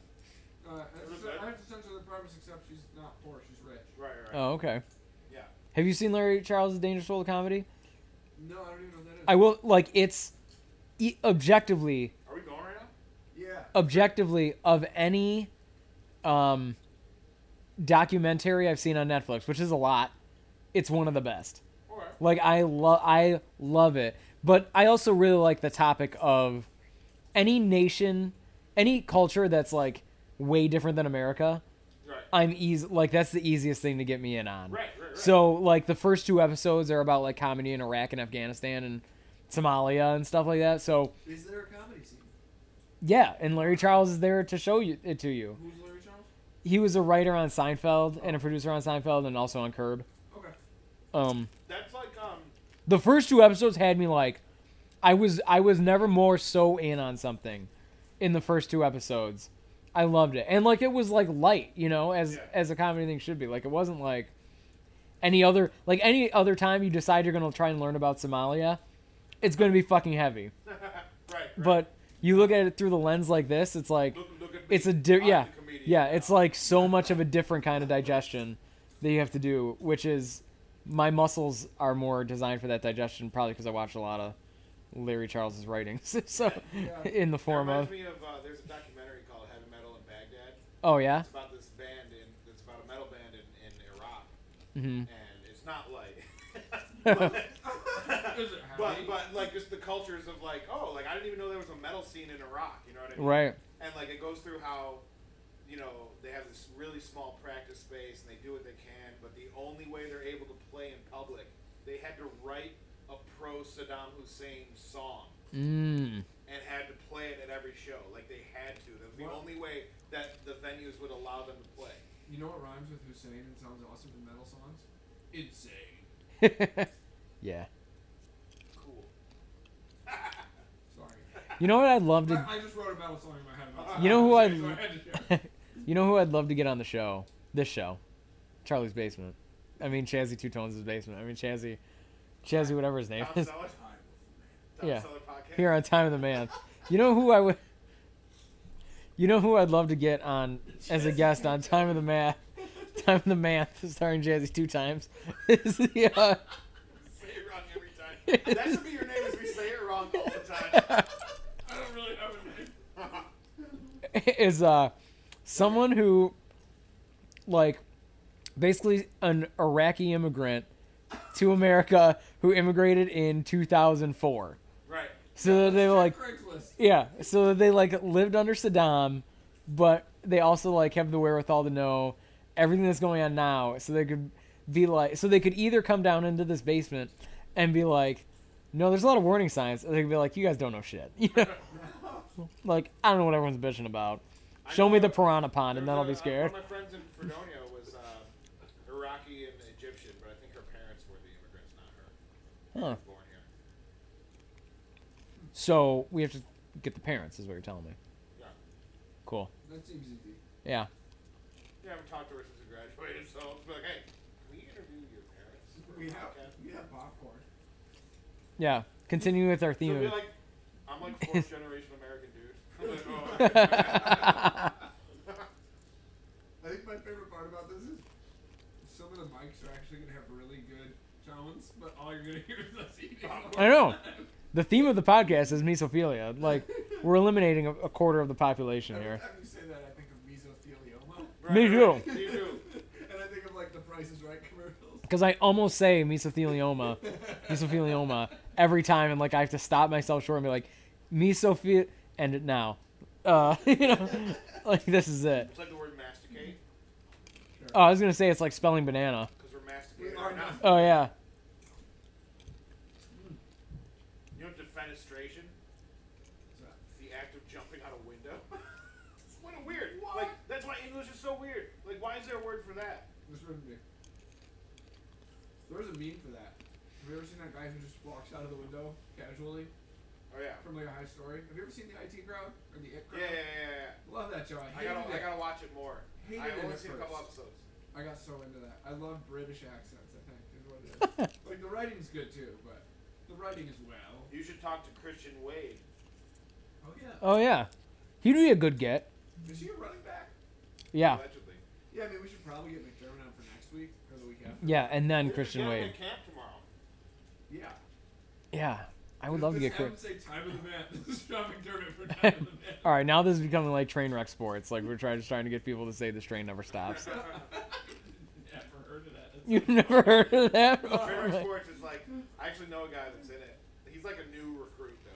Speaker 1: Uh, I,
Speaker 2: Is
Speaker 1: have
Speaker 2: it
Speaker 1: to,
Speaker 2: good?
Speaker 1: I have to censor the premise except she's not poor, she's rich.
Speaker 2: Right, right.
Speaker 3: Oh, okay.
Speaker 2: Yeah.
Speaker 3: Have you seen Larry Charles' Dangerous World of Comedy?
Speaker 1: No, I don't even know what that is.
Speaker 3: I will like it's e- objectively
Speaker 2: Are we going right now?
Speaker 1: yeah.
Speaker 3: objectively of any um documentary I've seen on Netflix, which is a lot. It's one of the best.
Speaker 2: All right.
Speaker 3: Like I love I love it. But I also really like the topic of any nation, any culture that's like way different than America.
Speaker 2: Right.
Speaker 3: I'm easy like that's the easiest thing to get me in on.
Speaker 2: Right, right, right.
Speaker 3: So like the first two episodes are about like comedy in Iraq and Afghanistan and Somalia and stuff like that. So
Speaker 1: Is there a comedy scene?
Speaker 3: yeah, and Larry Charles is there to show you it to you.
Speaker 1: Who's Larry Charles?
Speaker 3: He was a writer on Seinfeld and a producer on Seinfeld and also on Curb.
Speaker 1: Okay.
Speaker 3: Um
Speaker 2: That's like um.
Speaker 3: the first two episodes had me like i was i was never more so in on something in the first two episodes i loved it and like it was like light you know as
Speaker 2: Yeah.
Speaker 3: as a comedy thing should be like it wasn't like any other like any other time you decide you're going to try and learn about somalia it's going to be fucking heavy
Speaker 2: right, right.
Speaker 3: but you look at it through the lens like this it's like
Speaker 2: Look, look at me.
Speaker 3: it's a di-
Speaker 2: I'm
Speaker 3: yeah
Speaker 2: the comedian
Speaker 3: yeah
Speaker 2: now.
Speaker 3: it's like so much of a different kind of digestion that you have to do which is my muscles are more designed for that digestion probably because i watch a lot of larry charles's writings so
Speaker 1: Yeah.
Speaker 3: in the
Speaker 2: It
Speaker 3: form
Speaker 2: reminds
Speaker 3: of
Speaker 2: me of uh, there's a documentary called Heavy Metal in Baghdad.
Speaker 3: oh yeah
Speaker 2: It's about this band in it's about a metal band in, in Iraq,
Speaker 3: mm-hmm.
Speaker 2: and it's not like
Speaker 1: Does it have
Speaker 2: But
Speaker 1: any?
Speaker 2: but like just the cultures of like oh like I didn't even know there was a metal scene in Iraq. You know what I mean?
Speaker 3: Right.
Speaker 2: And like it goes through how, you know, they have this really small practice space and they do what they can, but the only way they're able to play in public, they had to write a pro Saddam Hussein song
Speaker 3: Mm.
Speaker 2: and had to play it at every show. Like they had to. That was the
Speaker 1: What?
Speaker 2: only way that the venues would allow them to play.
Speaker 1: You know what rhymes with Hussein and sounds awesome in metal songs? Insane.
Speaker 3: yeah.
Speaker 2: Cool.
Speaker 1: Sorry.
Speaker 3: You know what I'd love to
Speaker 1: I, I just wrote a metal song in my head. About
Speaker 3: You know who I-
Speaker 1: So I had to share.
Speaker 3: You know who I'd love to get on the show? This show. Charlie's basement. I mean Chazzy Two Tones' basement. I mean Chazzy Chazzy whatever his name
Speaker 2: Tom
Speaker 3: is.
Speaker 2: Selleck. Tom
Speaker 3: Yeah.
Speaker 2: Selleck podcast.
Speaker 3: Here on Time of the Man. You know who I would You know who I'd love to get on as a guest on Time of the Man Time of the Man starring Jazzy two times is the uh,
Speaker 2: Say it wrong every time. That should be your name as we say it wrong all the
Speaker 1: I don't really have a name.
Speaker 2: time.
Speaker 3: is uh someone who like basically an Iraqi immigrant to America who immigrated in 2004.
Speaker 2: right.
Speaker 3: So that they were like
Speaker 1: Craigslist.
Speaker 3: Yeah, so that they like lived under Saddam, but they also like have the wherewithal to know everything that's going on now, so they could be like, so they could either come down into this basement and be like, no, there's a lot of warning signs, or they could be like, you guys don't know shit, you know, like I don't know what everyone's bitching about.
Speaker 2: I
Speaker 3: Show
Speaker 2: know
Speaker 3: me the
Speaker 2: a-
Speaker 3: piranha pond, and
Speaker 2: there
Speaker 3: then I'll be
Speaker 2: was a- uh,
Speaker 3: scared.
Speaker 2: One of my friends in Fredonia was uh, Iraqi and Egyptian, but I think her parents were the immigrants, not her. She
Speaker 3: Huh.
Speaker 2: was born here.
Speaker 3: So we have to get the parents, is what you're telling me.
Speaker 2: Yeah.
Speaker 3: Cool.
Speaker 1: That seems easy.
Speaker 3: Yeah.
Speaker 2: Yeah, I haven't talked to her since I graduated, so I'll just be like, hey, can we interview your parents? for a
Speaker 5: We have,
Speaker 2: podcast?"
Speaker 5: we have popcorn.
Speaker 3: Yeah. Continue with our
Speaker 2: She'll
Speaker 3: theme.
Speaker 2: be like, I'm like fourth generation American dude. I'm like, "Oh."
Speaker 5: I think my favorite part about this is
Speaker 1: Some of the mics are actually gonna have really good sounds, but all you're gonna hear is us eating.
Speaker 3: I know. The theme of the podcast is mesophilia. Like, we're eliminating a, a quarter of the population
Speaker 5: every
Speaker 3: here.
Speaker 5: time you say that I think of mesothelioma.
Speaker 3: Me
Speaker 2: Right,
Speaker 3: too.
Speaker 2: right. Me too.
Speaker 5: and I think of like the Price is Right commercials.
Speaker 3: Because I almost say mesothelioma, mesothelioma every time, and like I have to stop myself short and be like, mesophilia, end it now. Uh, you know, like this is it.
Speaker 2: It's like the word masticate,
Speaker 3: Oh, I was gonna say it's like spelling banana.
Speaker 2: because we're masticating.
Speaker 5: We are
Speaker 2: right now.
Speaker 3: Oh yeah,
Speaker 2: You know defenestration?
Speaker 5: What's that?
Speaker 2: It's the act of jumping out a window. it's kind of weird. Like that's why English is so weird. Like why is there a word for that?
Speaker 1: This wouldn't be. There was a meme for that. Have you ever seen that guy who just walks out of the window casually
Speaker 2: Oh yeah.
Speaker 1: from like a high story? Have you ever seen the IT crowd or the IT
Speaker 2: Yeah,
Speaker 1: crowd?
Speaker 2: yeah, yeah,
Speaker 1: Love that show. I
Speaker 2: yeah. yeah. I
Speaker 1: hated
Speaker 2: gotta, I
Speaker 1: it.
Speaker 2: gotta watch it more.
Speaker 1: Hated
Speaker 2: I
Speaker 1: it
Speaker 2: only
Speaker 1: at
Speaker 2: seen a couple
Speaker 1: first.
Speaker 2: episodes.
Speaker 1: I got so into that. I love British accents. I think is what it is. like the writing's good too, but the writing is well.
Speaker 2: You should talk to Christian Wade.
Speaker 1: Oh yeah.
Speaker 3: oh yeah. He'd be a good get.
Speaker 5: Is she a running back?
Speaker 3: Yeah,
Speaker 2: Allegedly.
Speaker 1: Yeah, I mean we should probably get McDermott on for next week or the week after.
Speaker 3: yeah, and then
Speaker 2: We're
Speaker 3: Christian
Speaker 2: gonna get him
Speaker 3: Wade.
Speaker 2: in camp tomorrow.
Speaker 1: Yeah.
Speaker 3: Yeah, I would love to get
Speaker 1: Just have
Speaker 3: Chris.
Speaker 1: him say time of the man. This is John McDermott for time of the man.
Speaker 3: All right, now this is becoming like train wreck sports. Like we're trying, just trying to get people to say this train never stops.
Speaker 1: Never heard of that. That's
Speaker 3: You've never heard of that?
Speaker 2: Trainwreck
Speaker 3: Oh
Speaker 2: Sports is like I actually know a guy that's in it. He's like a new recruit though.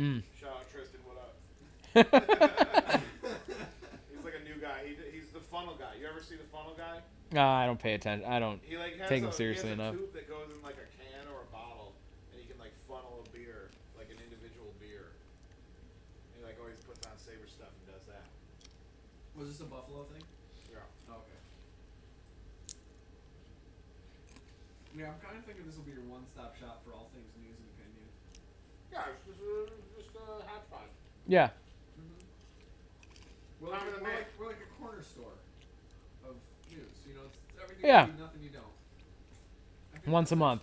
Speaker 3: my- Mm.
Speaker 2: Shout out Tristan. What up?
Speaker 3: uh,
Speaker 2: He's like a new guy. He, he's the funnel guy. You ever see the funnel guy?
Speaker 3: I don't pay attention. I don't.
Speaker 2: He like has
Speaker 3: Take
Speaker 2: a,
Speaker 3: 'em
Speaker 2: he
Speaker 3: seriously
Speaker 2: has a
Speaker 3: enough.
Speaker 2: tube that goes in like a can or a bottle, and he can like funnel a beer, like an individual beer. And he like always puts on saber stuff and does that.
Speaker 1: Was this a Buffalo thing?
Speaker 2: Yeah.
Speaker 1: okay. Yeah, I'm kind of thinking this will be your one-stop shop for all things news and opinion.
Speaker 2: Yeah, it's just, uh, just a hodgepodge.
Speaker 3: Yeah.
Speaker 1: We're like,
Speaker 2: Time of the
Speaker 1: we're,
Speaker 2: man.
Speaker 1: like, we're like a corner store of news. You know, it's, it's everything
Speaker 3: Yeah.
Speaker 1: you need, nothing you don't. I think
Speaker 3: Once a
Speaker 1: that's-
Speaker 3: month.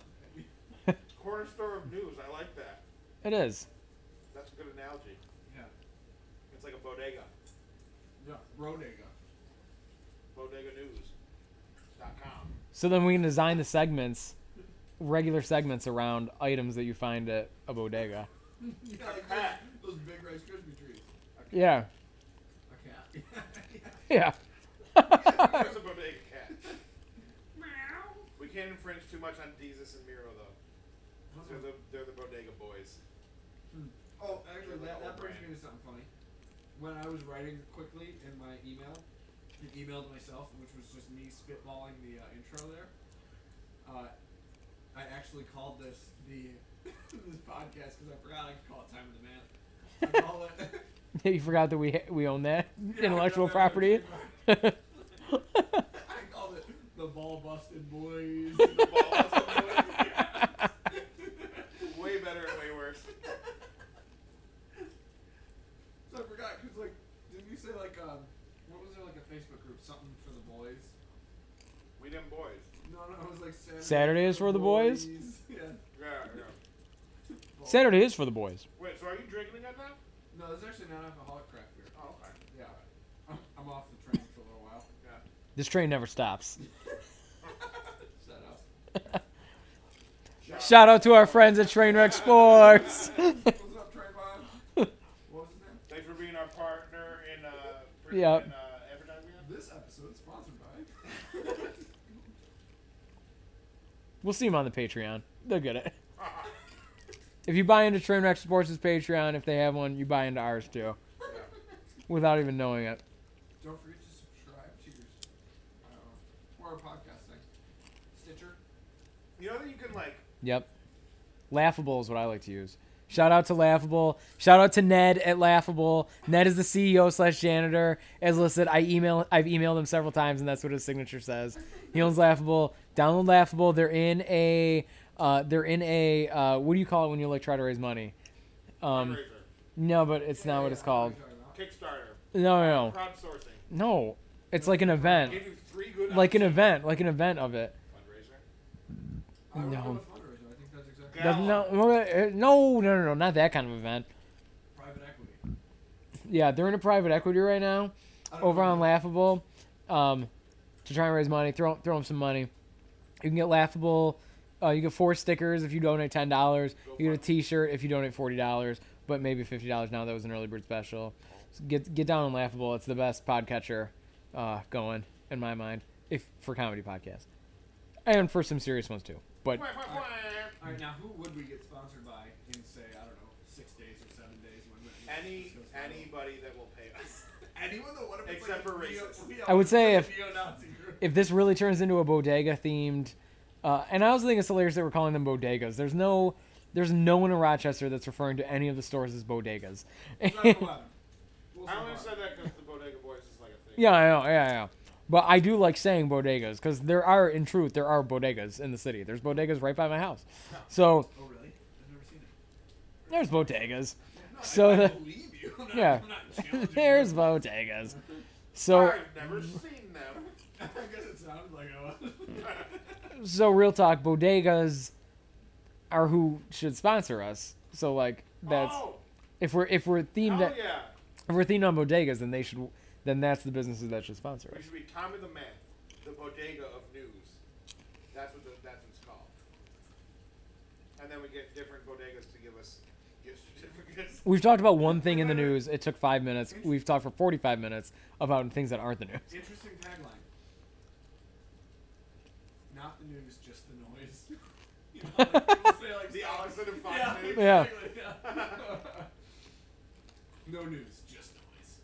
Speaker 2: Corner store of news. I like that.
Speaker 3: It is.
Speaker 2: That's a good analogy.
Speaker 1: Yeah.
Speaker 2: It's like a bodega.
Speaker 1: Yeah. Rodega.
Speaker 2: Bodega News. Dot com.
Speaker 3: So then we can design the segments, regular segments around items that you find at a bodega.
Speaker 1: yeah, like those,
Speaker 2: cat.
Speaker 1: those big Rice Krispie trees.
Speaker 3: Yeah.
Speaker 1: A cat. yeah.
Speaker 3: Yeah.
Speaker 2: There's a bodega cat. We can't infringe too much on Jesus and Miro though. They're the, they're the bodega boys.
Speaker 1: Oh, actually, that, that brings me to something funny. When I was writing quickly in my email, and emailed myself, which was just me spitballing the uh, intro there. Uh, I actually called this the this podcast because I forgot I could call it time of the man. I call it
Speaker 3: you forgot that we ha- we own that
Speaker 1: Yeah, I
Speaker 3: intellectual
Speaker 1: know that
Speaker 3: property.
Speaker 1: I called it the ball busted boys.
Speaker 2: The ball was on the way. way better and way worse.
Speaker 1: So I forgot because like, didn't you say like um, what was there like a Facebook group something for the boys?
Speaker 2: We them boys.
Speaker 1: No, no, it was like Saturdays,
Speaker 3: Saturdays for the boys?
Speaker 1: Yeah.
Speaker 2: Yeah, yeah.
Speaker 1: Ball-
Speaker 3: Saturday is for the boys.
Speaker 2: Wait, so are you drinking again now?
Speaker 1: No, there's actually not alcoholic craft beer.
Speaker 2: Oh, okay.
Speaker 1: Yeah, I'm, I'm off the train for a little while.
Speaker 2: Yeah.
Speaker 3: This train never stops.
Speaker 1: Shut up.
Speaker 3: Shout out to our friends at Trainwreck Sports.
Speaker 1: What's up, Trayvon? What was his name?
Speaker 2: Thanks for being our partner in uh, in,
Speaker 3: Yeah.
Speaker 2: uh advertising.
Speaker 1: This episode is sponsored by.
Speaker 3: we'll see them on the Patreon. They'll get it. If you buy into Trainwreck Sports' Patreon, if they have one, you buy into ours too, without even knowing it.
Speaker 1: Don't forget to subscribe to your. I don't know. Where our podcast thing. Stitcher.
Speaker 2: You know that you can like
Speaker 3: Yep. Laughable is what I like to use. Shout out to Laughable. Shout out to Ned at Laughable. Ned is the CEO slash janitor. As listed, I email I've emailed him several times, and that's what his signature says. He owns Laughable. Download Laughable. They're in a uh, they're in a uh, what do you call it when you like try to raise money? Um,
Speaker 2: fundraiser,
Speaker 3: no, but it's not what it's called.
Speaker 2: Kickstarter,
Speaker 3: No, no, no.
Speaker 2: crowdsourcing.
Speaker 3: No, it's like an event,
Speaker 2: Give you three good
Speaker 3: like an
Speaker 2: options.
Speaker 3: event, like an event of it.
Speaker 2: fundraiser.
Speaker 1: I don't
Speaker 3: No.
Speaker 1: know what fundraiser. I think that's exactly
Speaker 3: No, no, no, no, no, no, not that kind of event.
Speaker 1: private equity.
Speaker 3: Yeah, they're in a private equity right now
Speaker 1: I don't
Speaker 3: over
Speaker 1: know.
Speaker 3: on Laughable um, to try and raise money. Throw throw them some money. You can get Laughable. Uh, you get four stickers if you donate ten dollars. You get a T-shirt if you donate forty dollars, but maybe fifty dollars now. That was an early bird special. So get get down on Laughable. It's the best podcatcher uh, going in my mind, if for comedy podcasts, and for some serious ones too. But
Speaker 2: Wah, wah, wah.
Speaker 1: All right, now who would we get sponsored by in say I don't know six days or seven days when we-
Speaker 2: Any
Speaker 1: this goes viral?
Speaker 2: anybody that will pay us.
Speaker 1: anyone that want to
Speaker 2: Except
Speaker 1: like
Speaker 2: for
Speaker 1: neo-
Speaker 2: racists.
Speaker 1: neo-
Speaker 3: I would say if-
Speaker 1: neo-Nazi group.
Speaker 3: if this really turns into a bodega themed uh, and i also think it's hilarious that we're calling them bodegas there's no there's no one in rochester that's referring to any of the stores as bodegas
Speaker 2: I only said that because the Bodega Boys is like a thing.
Speaker 3: yeah i know yeah i know but i do like saying bodegas because there are in truth there are bodegas in the city there's bodegas right by my house so
Speaker 1: Oh really? I've never seen it.
Speaker 3: there's bodegas
Speaker 1: No,
Speaker 3: So
Speaker 1: I, I
Speaker 3: the-
Speaker 1: believe you. I'm not,
Speaker 3: yeah.
Speaker 1: I'm not challenging
Speaker 3: there's
Speaker 1: you.
Speaker 3: bodegas so
Speaker 2: I've never seen them.
Speaker 1: I guess it sounded like I was.
Speaker 3: so real talk bodegas are who should sponsor us so like that's
Speaker 2: oh,
Speaker 3: if we're if we're themed
Speaker 2: hell
Speaker 3: at-
Speaker 2: yeah.
Speaker 3: If we're themed on bodegas, then they should. Then that's the businesses that should sponsor
Speaker 2: We
Speaker 3: us.
Speaker 2: should be Tommy the Man, the Bodega of News. That's what the, that's what it's called. And then we get different bodegas to give us gift certificates.
Speaker 3: We've talked about one thing in the news. It took five minutes. We've talked for forty-five minutes about things that aren't the news.
Speaker 1: Interesting tagline. Not the news, just the noise. you know, like people say, like,
Speaker 2: The
Speaker 1: stop.
Speaker 2: opposite of Fox
Speaker 1: yeah,
Speaker 2: News.
Speaker 3: Yeah.
Speaker 1: Exactly, yeah. no news, just noise.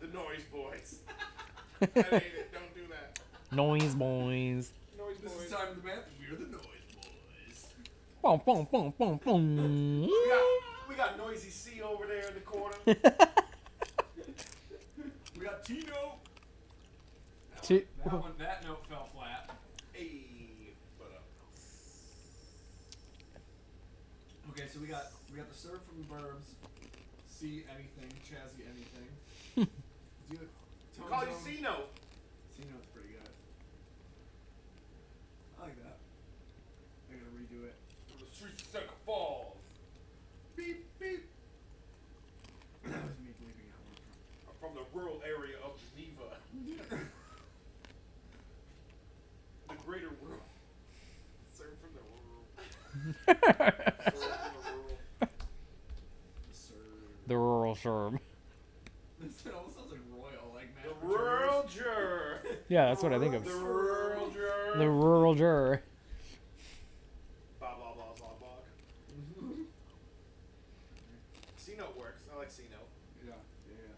Speaker 2: The Noise Boys. I hate it. Don't do that.
Speaker 3: Noise boys.
Speaker 2: Noise
Speaker 1: This
Speaker 2: Boys.
Speaker 1: is time of the math. We're the noise boys.
Speaker 3: Boom, boom, boom, boom, boom.
Speaker 2: We got, we got Noisy C over there in the corner.
Speaker 1: We got Tino. That,
Speaker 3: Ti-
Speaker 1: one, that one, that note fell flat.
Speaker 2: hey, but up.
Speaker 1: Okay, so we got we got the serve from the Burbs. See anything, Chazzy anything. Do you, Tone
Speaker 2: Call you
Speaker 1: Zone-
Speaker 2: C Note.
Speaker 1: See, you know it's pretty good. I like that. I'm gonna redo it.
Speaker 2: From the streets of Seneca Falls.
Speaker 1: Beep beep. that was me bleeping out one from.
Speaker 2: I'm from the rural area of Geneva. the greater world. Serve from the rural. Serve from the rural.
Speaker 1: The serve.
Speaker 3: the rural sherb.
Speaker 1: This almost sounds like royal, like mashed
Speaker 2: The
Speaker 1: potatoes.
Speaker 2: rural jur.
Speaker 3: Yeah, that's what I think
Speaker 2: The
Speaker 3: of.
Speaker 2: rural jur.
Speaker 3: The rural juror.
Speaker 2: Blah, blah, blah, blah. note works. I like C note.
Speaker 5: Yeah, yeah.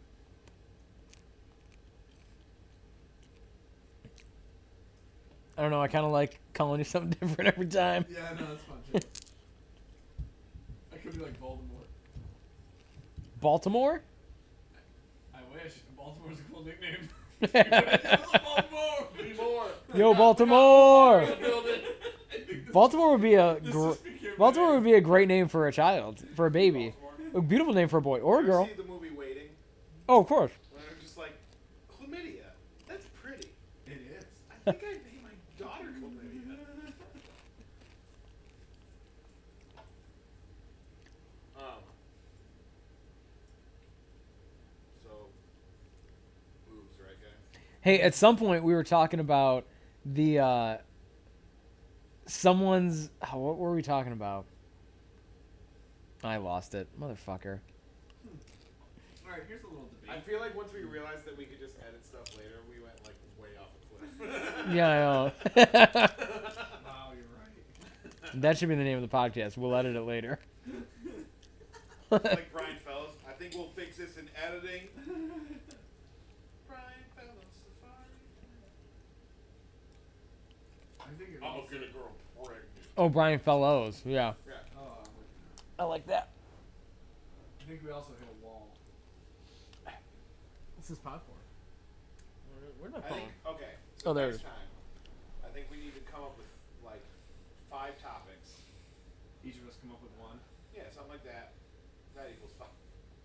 Speaker 3: I don't know. I kind of like calling you something different every time.
Speaker 5: Yeah, no, that's fun too. I could be like Voldemort.
Speaker 3: Baltimore.
Speaker 1: I wish. Baltimore's a cool nickname.
Speaker 2: Three more.
Speaker 3: Yo, Baltimore.
Speaker 1: Baltimore.
Speaker 3: Baltimore would be a gr- Baltimore would be a great name for a child, for a baby.
Speaker 2: Baltimore.
Speaker 3: A beautiful name for a boy or a
Speaker 2: Ever
Speaker 3: girl.
Speaker 2: See the movie Waiting.
Speaker 3: Oh, of course.
Speaker 2: When they're just like, chlamydia. That's pretty.
Speaker 5: It is.
Speaker 2: I think I named my daughter chlamydia. Um. So. Boobs, right, guys?
Speaker 3: Hey, at some point we were talking about the uh, someone's. oh, What were we talking about? I lost it, motherfucker.
Speaker 1: All right, here's a little
Speaker 2: I
Speaker 1: debate.
Speaker 2: feel like once we realized that we could just edit stuff later, we went like way off the cliff.
Speaker 3: Yeah, I know.
Speaker 1: Oh,
Speaker 5: Wow, you're right.
Speaker 3: that should be the name of the podcast. We'll edit it later.
Speaker 2: like Brian Fellows. I think we'll fix this in editing. Brian Fellows Safari.
Speaker 5: I think it
Speaker 2: I'm
Speaker 5: was.
Speaker 2: gonna girl pregnant.
Speaker 3: Oh, Brian Fellows. Yeah.
Speaker 2: Yeah.
Speaker 5: Oh, I'm looking at
Speaker 3: I like that.
Speaker 5: it. I think we also hit a wall. This is popcorn.
Speaker 3: Where'd my
Speaker 2: I think okay.
Speaker 3: Oh, there it
Speaker 2: Next
Speaker 3: is.
Speaker 2: time, I think we need to come up with like five topics.
Speaker 1: Each of us come up with one.
Speaker 2: Yeah, something like that. That equals five.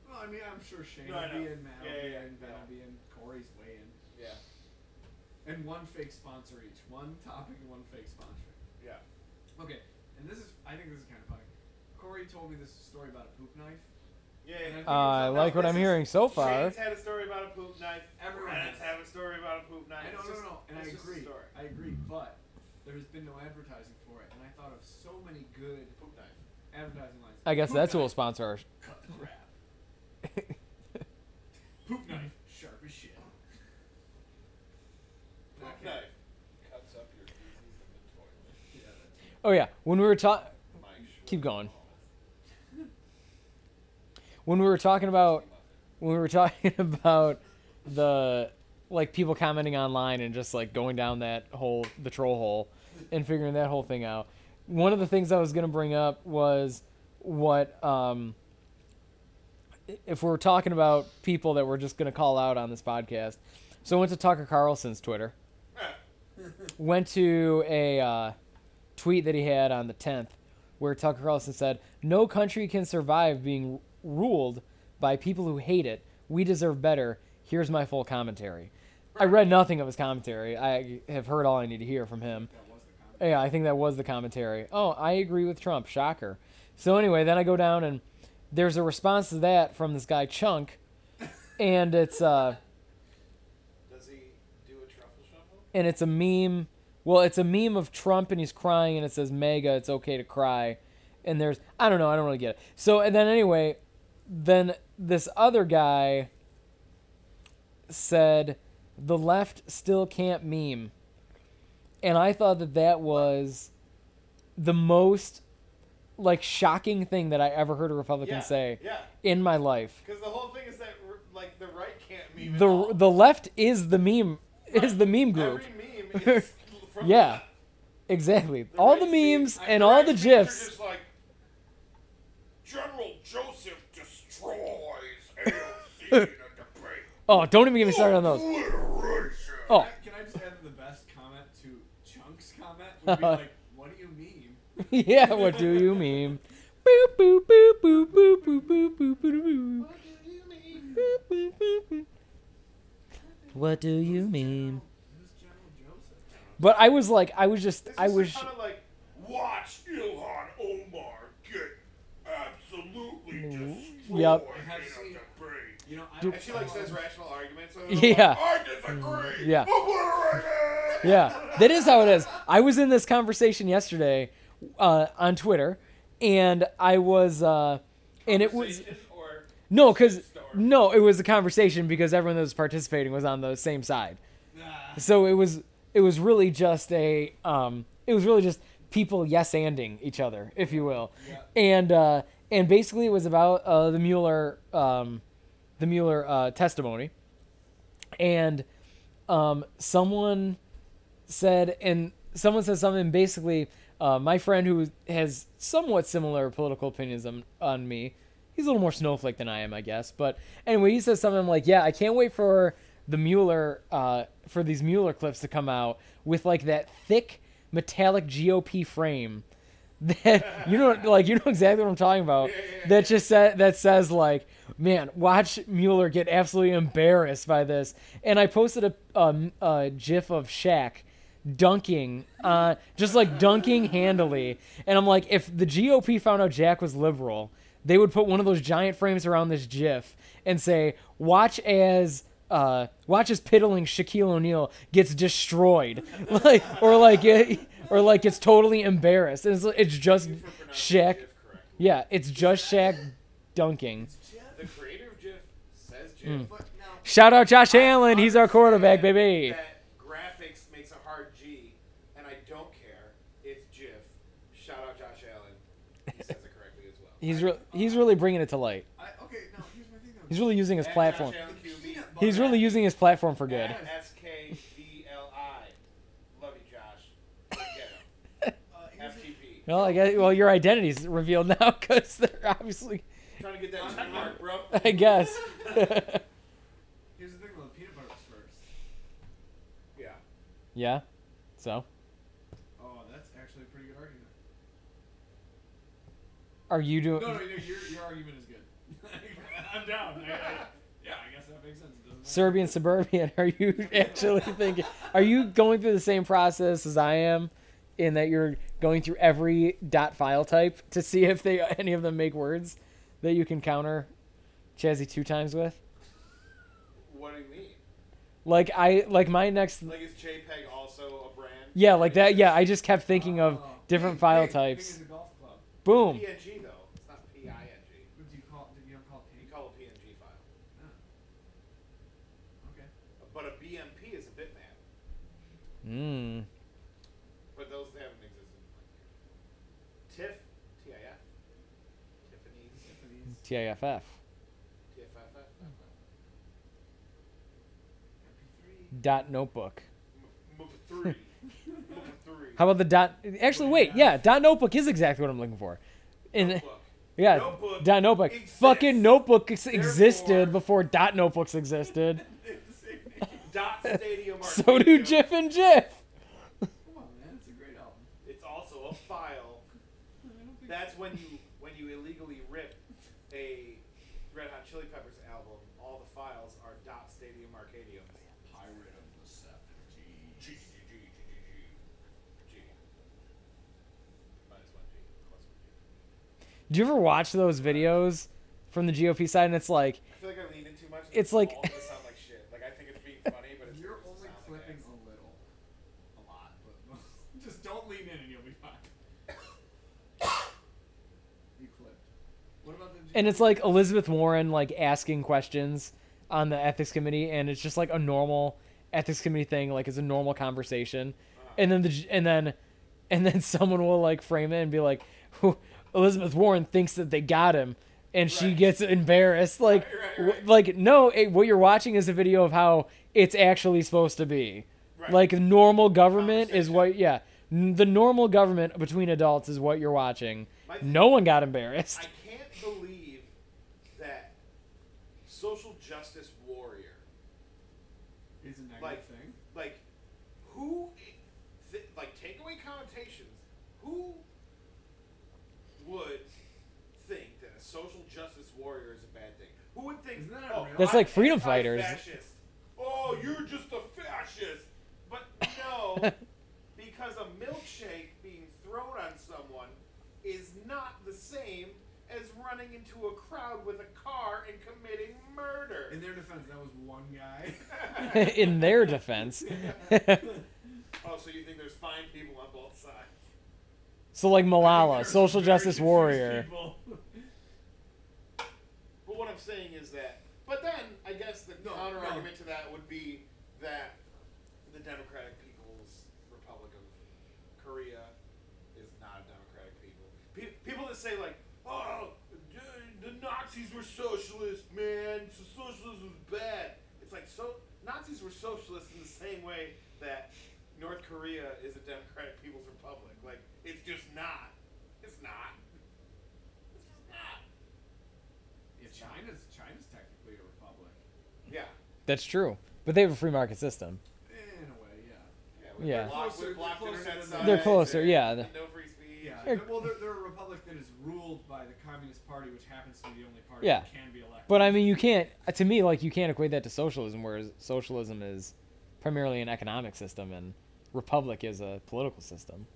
Speaker 5: Well, I mean, I'm sure Shane
Speaker 2: No, I
Speaker 5: will be
Speaker 2: know.
Speaker 5: in, Matt
Speaker 2: Yeah,
Speaker 5: will be
Speaker 2: yeah,
Speaker 5: in, Ben
Speaker 2: yeah.
Speaker 5: will be in, Corey's way in.
Speaker 2: Yeah.
Speaker 5: And one fake sponsor each. One topic and one fake sponsor.
Speaker 2: Yeah.
Speaker 5: Okay, and this is, I think this is kind of funny. Corey told me this story about a poop knife.
Speaker 2: Yeah.
Speaker 5: And I think
Speaker 3: Uh, I
Speaker 5: No,
Speaker 3: like what
Speaker 2: this
Speaker 3: I'm
Speaker 2: is-
Speaker 3: hearing so far.
Speaker 2: Shane's had a story about a poop knife.
Speaker 5: Everyone
Speaker 2: Brennan's
Speaker 5: has.
Speaker 2: had a story about a poop knife.
Speaker 5: I
Speaker 2: It's
Speaker 5: don't
Speaker 2: just-
Speaker 5: know, and I
Speaker 2: it's just a
Speaker 5: agree.
Speaker 2: story.
Speaker 5: I agree, but there has been no advertising for it, and I thought of so many good
Speaker 2: Poop knife.
Speaker 5: advertising lines.
Speaker 3: I guess
Speaker 5: Poop
Speaker 3: that's who will
Speaker 5: knife,
Speaker 3: sponsor our
Speaker 5: Cut the crap. Poop knife, sharp as shit.
Speaker 2: Poop
Speaker 5: Okay.
Speaker 2: knife cuts up your feces in the toilet.
Speaker 5: Yeah, that's-
Speaker 3: Oh yeah, when we were talking,
Speaker 2: Mike Schwartz.
Speaker 3: Keep going. when we were talking about, when we were talking about the like people commenting online and just like going down that whole the troll hole and figuring that whole thing out. One of the things I was gonna bring up was what um, if we're talking about people that we're just gonna call out on this podcast. So I went to Tucker Carlson's Twitter. went to a uh, tweet that he had on the 10th where Tucker Carlson said, No country can survive being ruled by people who hate it. We deserve better. Here's my full commentary. I read nothing of his commentary. I have heard all I need to hear from him.
Speaker 5: that was the comment.
Speaker 3: Yeah, I think that was the commentary. Oh, I agree with Trump. Shocker. So anyway, then I go down and there's a response to that from this guy Chunk, and it's uh,
Speaker 2: Does he do a truffle shuffle?
Speaker 3: and it's a meme. Well, it's a meme of Trump and he's crying and it says mega, it's okay to cry. And there's I don't know, I don't really get it. So and then anyway, then this other guy said the left still can't meme. And I thought that that was the most like shocking thing that I ever heard a Republican
Speaker 2: yeah.
Speaker 3: say
Speaker 2: Yeah.
Speaker 3: in my life.
Speaker 2: Because the whole thing is that r- like the right can't meme. at
Speaker 3: The
Speaker 2: all.
Speaker 3: the left is the meme is the meme group.
Speaker 2: Every meme is from
Speaker 3: Yeah.
Speaker 2: the-
Speaker 3: Exactly. all
Speaker 2: right
Speaker 3: the
Speaker 2: meme-
Speaker 3: memes
Speaker 2: I-
Speaker 3: and all
Speaker 2: right
Speaker 3: the
Speaker 2: memes are
Speaker 3: gifs.
Speaker 2: just like, General Joseph destroys AOC in a debate.
Speaker 3: Oh, don't even get me started on those.
Speaker 2: Obliteration.
Speaker 3: Oh,
Speaker 5: Can I just add that the best comment to Chunk's comment would be like, what do you mean?
Speaker 3: yeah. What do you mean? Boop boop boop boop boop boop boop boop boop boop.
Speaker 2: What do you mean?
Speaker 3: Boop, boop, boop, boop. What do you mean?
Speaker 5: Who's General Joseph?
Speaker 3: But I was like, I was just,
Speaker 2: This
Speaker 3: I
Speaker 2: is
Speaker 3: was,
Speaker 2: kind of like watch Ilhan Omar get absolutely
Speaker 3: Mm-hmm.
Speaker 2: destroyed
Speaker 3: Yep.
Speaker 2: in
Speaker 5: Have
Speaker 2: a
Speaker 5: seen-
Speaker 2: debate.
Speaker 5: You know, I
Speaker 3: Dude.
Speaker 2: And she like says rational arguments. And I'm
Speaker 3: Yeah.
Speaker 2: Like, I disagree.
Speaker 3: Yeah.
Speaker 2: Obliterated!
Speaker 3: yeah, that is how it is. I was in this conversation yesterday uh, on Twitter, and I was, uh, and it was.
Speaker 2: Conversation Or
Speaker 3: No, because
Speaker 2: Story.
Speaker 3: no, it was a conversation because everyone that was participating was on the same side. So it was it was really just a um, it was really just people yes anding each other, if you will, and uh, and basically it was about uh, the Mueller, um, the Mueller uh, testimony, and um, someone said, and someone said something basically. Uh, my friend who has somewhat similar political opinions on, on me, he's a little more snowflake than I am, I guess. But anyway, he says something like, "Yeah, I can't wait for the Mueller uh, for these Mueller clips to come out with like that thick metallic GOP frame." that you know like you know exactly what I'm talking about. That just said that says like, man, watch Mueller get absolutely embarrassed by this. And I posted a um, a GIF of Shaq dunking, uh, just like dunking handily. And I'm like, if the GOP found out Jack was liberal, they would put one of those giant frames around this GIF and say, watch as. Uh, watch as piddling Shaquille O'Neal gets destroyed, like or like it, or like it's totally embarrassed. It's it's just
Speaker 2: You for pronouncing
Speaker 3: Shaq.
Speaker 2: GIF correctly.
Speaker 3: Yeah, it's just Shaq dunking.
Speaker 2: The creator of GIF says GIF.
Speaker 5: But now,
Speaker 3: Shout out Josh Allen, Mm. he's our
Speaker 2: understand
Speaker 3: quarterback, baby.
Speaker 2: That graphics makes a hard G, and I don't care. It's GIF. Shout out Josh Allen. He says it correctly as well.
Speaker 3: He's re- he's really bringing it to light.
Speaker 5: I, okay, now here's my thing though.
Speaker 3: He's really using his
Speaker 2: At
Speaker 3: platform.
Speaker 2: Josh Allen QB.
Speaker 5: Peanut butter.
Speaker 3: He's really using his platform for good.
Speaker 2: At SKVLI. Love you, Josh. Get him.
Speaker 5: Uh, here's the-
Speaker 2: FTP.
Speaker 3: Well, I guess well your identity's revealed now because they're obviously,
Speaker 2: Trying to get that check mark, bro.
Speaker 3: I guess.
Speaker 5: Here's the thing though. The peanut butter was first.
Speaker 2: Yeah.
Speaker 3: yeah. So,
Speaker 5: Oh, that's actually a pretty good argument.
Speaker 3: are you
Speaker 5: No,
Speaker 3: doing?
Speaker 5: no, no your, your argument is good. I'm down. I, I, yeah, I guess that makes sense. It doesn't matter.
Speaker 3: Serbian suburban. Are you actually thinking? Are you going through the same process as I am, in that you're going through every dot file type to see if they any of them make words that you can counter Chazzy two times with?
Speaker 2: What do you mean?
Speaker 3: Like I like my next
Speaker 2: Like, is JPEG also a brand?
Speaker 3: yeah like that yeah I just kept thinking of
Speaker 5: Oh.
Speaker 3: different
Speaker 5: Pig-
Speaker 3: file
Speaker 5: pig- pig is
Speaker 3: types.
Speaker 5: a golf club.
Speaker 3: Boom.
Speaker 2: PNG, though. It's not PING.
Speaker 5: What Do you call? Do you ever call it
Speaker 2: You
Speaker 5: pig?
Speaker 2: call a PNG file.
Speaker 5: Okay.
Speaker 2: But a BMP is a bitmap.
Speaker 3: Mm.
Speaker 2: But those haven't existed in like years. TIFF, TIF, Tiffany's,
Speaker 5: Tiffany's.
Speaker 3: TIFF.
Speaker 2: TFFF.
Speaker 5: MP3.
Speaker 3: Dot notebook.
Speaker 2: M- three. M- three.
Speaker 3: How about the dot? Actually, wait. Yeah, dot notebook is exactly what I'm looking for. And
Speaker 2: Notebook.
Speaker 3: yeah,
Speaker 2: Notebook
Speaker 3: dot notebook.
Speaker 2: exists.
Speaker 3: Fucking notebook ex-
Speaker 2: Therefore-
Speaker 3: existed before dot notebooks existed.
Speaker 2: Dot Stadium
Speaker 3: so do
Speaker 2: Arcadia.
Speaker 3: GIF and GIF.
Speaker 5: Come on, man. It's a great album.
Speaker 2: It's also a file.
Speaker 5: I don't think
Speaker 2: That's when you when you illegally rip a Red Hot Chili Peppers album. All the files are dot Stadium Arcadium.
Speaker 5: Pirate of the Seventies.
Speaker 2: G G G G G G G. Minus one G. Plus one G.
Speaker 3: Do you ever watch those videos from the GOP side? And it's like,
Speaker 2: I feel like I lean in too much.
Speaker 3: It's like-
Speaker 2: all of us sound like shit. Like I think it's being funny, but it's
Speaker 5: You're
Speaker 2: supposed to
Speaker 5: only
Speaker 2: sound like
Speaker 5: clipping
Speaker 2: ass.
Speaker 5: a little, a lot, but just don't lean in and you'll be fine. you clipped. What about the?
Speaker 3: and it's like Elizabeth Warren like asking questions on the ethics committee, and it's just like a normal ethics committee thing. Like it's a normal conversation, and then the G- and then and then someone will like frame it and be like, "Who- Elizabeth Warren thinks that they got him, and she
Speaker 2: Right.
Speaker 3: gets embarrassed. Like,
Speaker 2: right,
Speaker 3: w-
Speaker 2: right.
Speaker 3: like no, it, what you're watching is a video of how it's actually supposed to be.
Speaker 2: Right.
Speaker 3: Like normal government is
Speaker 2: Conversation.
Speaker 3: what, yeah. N- The normal government between adults is what you're watching.
Speaker 2: My thing-
Speaker 3: No one got embarrassed.
Speaker 2: I can't believe that social justice warrior,
Speaker 5: is a negative
Speaker 2: like-
Speaker 5: thing.
Speaker 2: like who, i- th- like take away connotations, who would think that a social justice warrior is a bad thing? Who would think
Speaker 5: Isn't that
Speaker 2: oh,
Speaker 5: unreal?
Speaker 3: That's
Speaker 2: I'm
Speaker 3: like freedom fighters."
Speaker 2: anti-fascist. Oh, you're just a fascist. But no, because a milkshake being thrown on someone is not the same as running into a crowd with a car and committing murder.
Speaker 5: In their defense, that was one guy.
Speaker 3: in their defense.
Speaker 2: Oh, so you think there's fine people on both sides?
Speaker 3: so like Malala,
Speaker 5: There's
Speaker 3: Uh, social
Speaker 5: very
Speaker 3: justice
Speaker 5: confused
Speaker 3: warrior.
Speaker 5: people.
Speaker 2: But what I'm saying is that. But then I guess the
Speaker 5: No,
Speaker 2: counter
Speaker 5: no.
Speaker 2: argument to that would be that the Democratic People's Republic of Korea is not a democratic people. Pe- people that say like, oh, Nazis were socialists, man. So socialism was bad. It's like so Nazis were socialists in the same way that North Korea is a democratic people's republic. Like it's just not. It's not. It's just not.
Speaker 1: Yeah, China's China's technically a republic.
Speaker 2: Yeah.
Speaker 3: That's true. But they have a free market system.
Speaker 1: In a way, yeah.
Speaker 2: we
Speaker 3: Yeah.
Speaker 2: Blocked,
Speaker 1: Closer-
Speaker 2: blocked
Speaker 1: closer
Speaker 2: internet
Speaker 1: than
Speaker 2: sites
Speaker 1: that. They're
Speaker 3: closer,
Speaker 2: and
Speaker 3: yeah.
Speaker 2: No free speech.
Speaker 1: Yeah,
Speaker 3: Yeah.
Speaker 1: they're- well, they're, they're a republic that is ruled by the Communist Party, which happens to be the only party
Speaker 3: Yeah.
Speaker 1: that can be elected.
Speaker 3: But I mean, you can't. uh, To me, like you can't equate that to socialism, whereas socialism is primarily an economic system, and republic is a political system.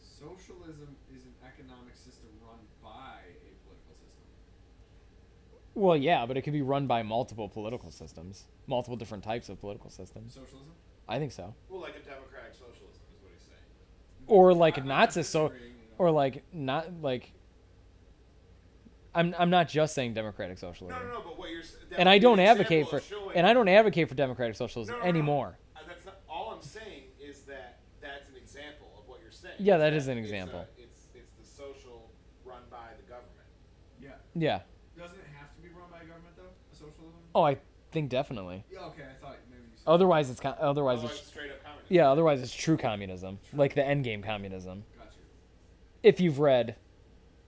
Speaker 1: socialism is an economic system run by a political system.
Speaker 3: Well, yeah, but it could be run by multiple political systems, multiple different types of political systems.
Speaker 1: Socialism?
Speaker 3: I think so.
Speaker 2: Well, like a democratic socialism is what he's saying.
Speaker 3: Or like
Speaker 1: I'm not
Speaker 3: Nazi so,
Speaker 1: disagreeing at all.
Speaker 3: or like not like. I'm I'm not just saying democratic
Speaker 2: No,
Speaker 3: socialism,
Speaker 2: no, no. But what you're s- that
Speaker 3: and I
Speaker 2: would be
Speaker 3: don't
Speaker 2: an
Speaker 3: advocate
Speaker 2: example
Speaker 3: for,
Speaker 2: of showing-
Speaker 3: and I don't advocate for democratic socialism
Speaker 2: No, no, no.
Speaker 3: anymore.
Speaker 2: Uh, that's not all I'm saying is that that's an example of what you're saying.
Speaker 3: Yeah, that
Speaker 2: that
Speaker 3: is an
Speaker 2: it's a-
Speaker 3: example.
Speaker 2: It's, it's the social run by the government.
Speaker 1: Yeah.
Speaker 3: Yeah.
Speaker 1: Doesn't it have to be run by a government, though? Socialism?
Speaker 3: Oh, I think definitely.
Speaker 1: Yeah, okay, I thought maybe you said.
Speaker 3: Otherwise, it's con- otherwise
Speaker 2: Otherwise,
Speaker 3: it's
Speaker 2: it's straight up communism.
Speaker 3: Yeah, otherwise it's true communism, like the endgame communism.
Speaker 1: Gotcha.
Speaker 3: If you've read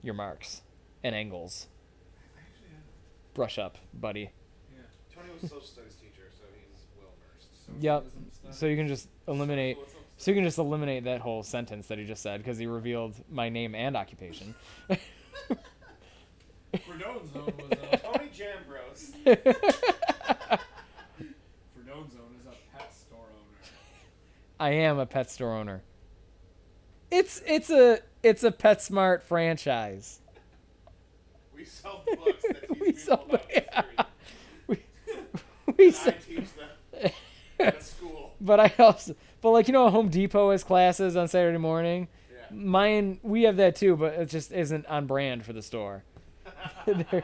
Speaker 3: your Marx and
Speaker 1: I
Speaker 3: Engels,
Speaker 1: actually had a-
Speaker 3: brush up, buddy.
Speaker 1: Yeah.
Speaker 2: Tony was a social studies teacher, so he's well versed.
Speaker 3: Yep.
Speaker 1: Socialism stuff.
Speaker 3: So you can just eliminate.
Speaker 2: What's up?
Speaker 3: So you can just eliminate that whole sentence that he just said because he revealed my name and occupation.
Speaker 1: Fredone Zone was up.
Speaker 2: Tony Jambros.
Speaker 1: Fredone Zone is a pet store owner.
Speaker 3: I am a pet store owner. It's it's a it's a PetSmart franchise.
Speaker 2: We sell books that teach
Speaker 3: We
Speaker 2: people
Speaker 3: sell
Speaker 2: about
Speaker 3: books.
Speaker 2: history.
Speaker 3: We, we
Speaker 2: I
Speaker 3: s-
Speaker 2: teach them at school.
Speaker 3: but I also but like you know Home Depot has classes on Saturday morning.
Speaker 2: Yeah.
Speaker 3: Mine, we have that too, but it just isn't on brand for the store. They're-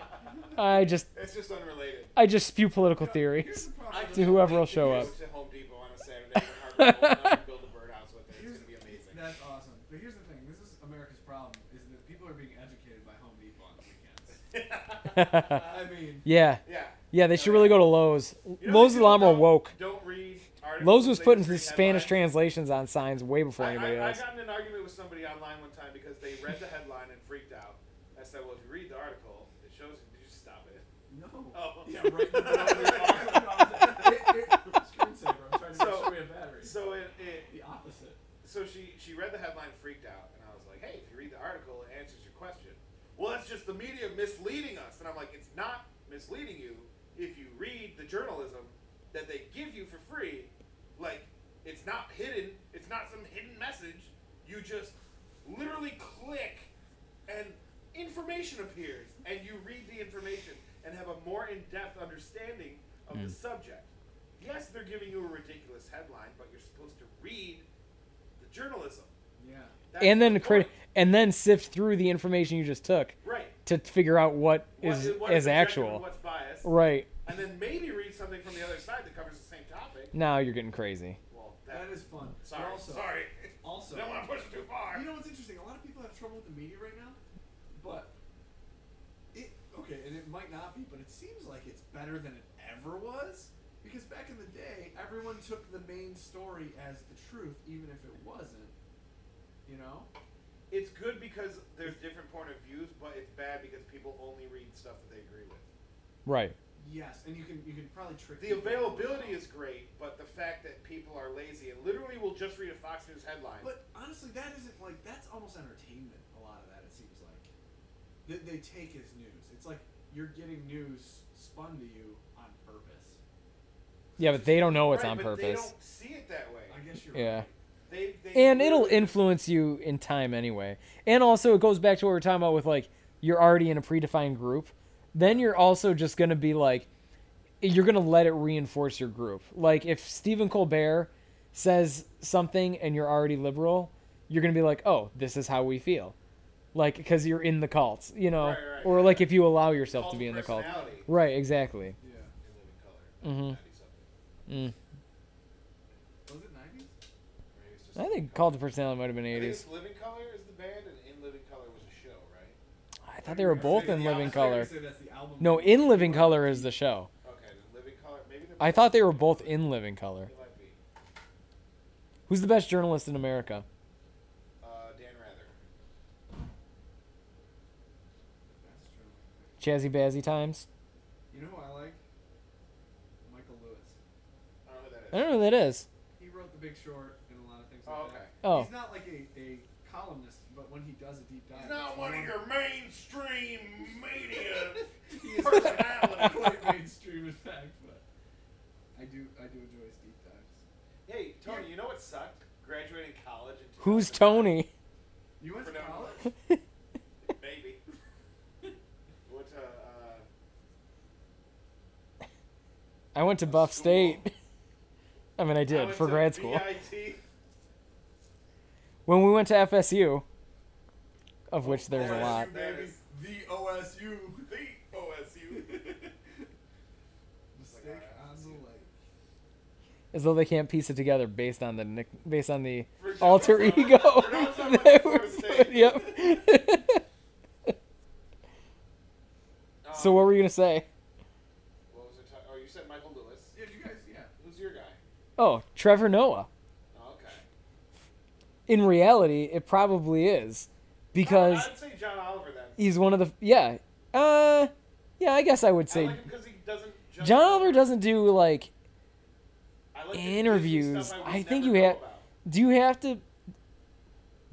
Speaker 3: I just,
Speaker 2: It's just unrelated.
Speaker 3: I just spew political
Speaker 1: Here's
Speaker 3: theories.
Speaker 1: the problem.
Speaker 2: I
Speaker 1: with
Speaker 2: just
Speaker 3: To whoever will
Speaker 2: need to
Speaker 3: show
Speaker 2: go
Speaker 3: up.
Speaker 2: To Home Depot on a Saturday and hardwood and I can build a birdhouse with it. It's
Speaker 1: Here's-
Speaker 2: gonna be amazing.
Speaker 1: That's awesome. But here's the thing: this is America's problem: is that people are being educated by Home Depot on the weekends. I mean,
Speaker 3: yeah,
Speaker 2: yeah.
Speaker 3: yeah, they should really go to Lowe's.
Speaker 2: You know
Speaker 3: Lowe's
Speaker 2: what
Speaker 3: is a lot
Speaker 2: people
Speaker 3: more
Speaker 2: don't-
Speaker 3: woke.
Speaker 2: Don't read articles.
Speaker 3: Lowe's was
Speaker 2: they
Speaker 3: putting
Speaker 2: just
Speaker 3: the
Speaker 2: read
Speaker 3: Spanish
Speaker 2: headlines.
Speaker 3: translations on signs way before anybody
Speaker 2: I, I,
Speaker 3: else.
Speaker 2: I got in an argument with somebody online one time because they read the headline and freaked out. I said, well, if you read the article, it shows you. Just stop it.
Speaker 1: no.
Speaker 2: Oh.
Speaker 1: Yeah, right. in the middle of the article. It- it- Screensaver. I'm trying to
Speaker 2: So-
Speaker 1: make sure we have batteries.
Speaker 2: So it, it
Speaker 1: The opposite.
Speaker 2: so she she read the headline, freaked out, and I was like, hey, if you read the article, it answers your question. Well, that's just the media misleading us, and I'm like, it's not misleading you if you read the journalism that they give you for free. Like, it's not hidden. It's not some hidden message. You just literally click, and information appears, and you read the information and have a more in-depth understanding of the subject. Yes, they're giving you a ridiculous headline, but you're supposed to read the journalism.
Speaker 1: Yeah.
Speaker 2: That's
Speaker 3: and then
Speaker 2: the
Speaker 3: create,
Speaker 2: point.
Speaker 3: and then sift through the information you just took
Speaker 2: right
Speaker 3: to figure out what
Speaker 2: What-
Speaker 3: is
Speaker 2: what
Speaker 3: is
Speaker 2: objective and
Speaker 3: actual.
Speaker 2: what's biased,
Speaker 3: Right
Speaker 2: and then maybe read something from the other side that covers the same topic.
Speaker 3: now, you're getting crazy.
Speaker 2: Well, that,
Speaker 1: That is fun. But
Speaker 2: sorry,
Speaker 1: Also,
Speaker 2: sorry,
Speaker 1: Also,
Speaker 2: don't want to push it too far.
Speaker 1: You know what's interesting? A lot of people have trouble with the media right now, but it okay, and it might not be, but it seems like it's better than it ever was. Because back in the day, everyone took the main story as the truth, even if it wasn't. You know?
Speaker 2: it's good because there's different point of views, but it's bad because people only read stuff that they agree with.
Speaker 3: Right.
Speaker 1: Yes, and you can you can probably trick
Speaker 2: The
Speaker 1: people.
Speaker 2: availability is great, but the fact that people are lazy and literally will just read a Fox News headline.
Speaker 1: But honestly, that isn't like that's almost entertainment. A lot of that it seems like that they take as news. It's like you're getting news spun to you on purpose.
Speaker 3: Yeah, but they don't know it's
Speaker 2: Right,
Speaker 3: on
Speaker 2: but They
Speaker 3: purpose.
Speaker 2: don't see it that way.
Speaker 1: I guess you're
Speaker 3: Yeah.
Speaker 1: right.
Speaker 2: They, they
Speaker 3: and it'll
Speaker 2: literally-
Speaker 3: influence you in time anyway. And also, it goes back to what we are talking about with like you're already in a predefined group. Then you're also just gonna be like, you're gonna let it reinforce your group. Like if Stephen Colbert says something and you're already liberal, you're gonna be like, oh, this is how we feel, like because you're in the cults, you know,
Speaker 2: Right, right,
Speaker 3: or
Speaker 2: right,
Speaker 3: like
Speaker 2: right.
Speaker 3: if you allow yourself to
Speaker 2: Cult
Speaker 3: be in the Mm-hmm. cult.
Speaker 2: personality
Speaker 3: Right, exactly.
Speaker 1: Yeah.
Speaker 2: in living color.
Speaker 3: Mhm.
Speaker 2: 90-something.
Speaker 3: Mm.
Speaker 1: Was it nineties?
Speaker 2: Maybe it's just
Speaker 3: I
Speaker 2: Living
Speaker 3: think
Speaker 2: Colour.
Speaker 3: Call to Personality might have been
Speaker 2: I think
Speaker 3: '80s.
Speaker 2: it's Living Color is the band, and In Living Color was a show, right?
Speaker 3: I thought they were both in
Speaker 1: The
Speaker 3: Living
Speaker 1: album-
Speaker 3: Color.
Speaker 1: Say that's the album.
Speaker 3: No, in Living Color is the show.
Speaker 2: Okay, the living color. Maybe they're
Speaker 3: I thought they were both in Living Color.
Speaker 2: They might be.
Speaker 3: Who's the best journalist in America?
Speaker 2: Uh, Dan Rather.
Speaker 1: That's true.
Speaker 3: Chazzy Bazzy Times?
Speaker 1: You know who I like? Michael Lewis.
Speaker 2: I don't know who that
Speaker 3: I
Speaker 2: is.
Speaker 3: don't know who that is.
Speaker 1: He wrote The Big Short and a lot of things like
Speaker 2: Oh,
Speaker 1: that.
Speaker 2: okay.
Speaker 3: Oh,
Speaker 1: He's not like a, a columnist, but when he does a deep dive,
Speaker 2: He's not
Speaker 1: it's
Speaker 2: one of
Speaker 1: wonderful.
Speaker 2: your mainstream media
Speaker 1: He is
Speaker 2: personalities.
Speaker 1: quite mainstream, in fact, but I do I do enjoy his deep dives.
Speaker 2: Hey, Tony, you know what sucked? Graduating college in
Speaker 3: who's
Speaker 2: 2009.
Speaker 3: Tony?
Speaker 1: You went to
Speaker 2: Pronounced
Speaker 1: college?
Speaker 2: Maybe. Went to, uh,
Speaker 3: I went to Buff State. I mean, I did
Speaker 2: went
Speaker 3: for
Speaker 2: to
Speaker 3: grad school.
Speaker 2: BIT.
Speaker 3: When we went to FSU, of which there's a
Speaker 1: OSU,
Speaker 3: lot.
Speaker 1: Baby.
Speaker 2: Yes.
Speaker 1: The OSU.
Speaker 2: The OSU.
Speaker 1: Mistake on the lake.
Speaker 3: As though they can't piece it together based on the nick, based on the
Speaker 2: Virginia
Speaker 3: alter
Speaker 2: Tech.
Speaker 3: ego.
Speaker 2: Pronounce that
Speaker 3: they
Speaker 2: like Florida
Speaker 3: were put-
Speaker 2: State.
Speaker 3: yep. so
Speaker 2: Um,
Speaker 3: what were you gonna say?
Speaker 2: What was it? ta- Oh, you said Michael Lewis.
Speaker 1: Yeah, you guys, yeah.
Speaker 2: Who's your guy?
Speaker 3: Oh, Trevor Noah.
Speaker 2: Oh, okay.
Speaker 3: In reality, it probably is because
Speaker 2: I'd say John Oliver then.
Speaker 3: he's one of the yeah. Uh, yeah, I guess I would
Speaker 2: I
Speaker 3: say
Speaker 2: like him because he doesn't. Judge
Speaker 3: John Oliver doesn't do like.
Speaker 2: I like the
Speaker 3: interviews.
Speaker 2: Disney stuff
Speaker 3: I
Speaker 2: would
Speaker 3: think
Speaker 2: never
Speaker 3: you
Speaker 2: know
Speaker 3: had-
Speaker 2: about.
Speaker 3: Do you have to?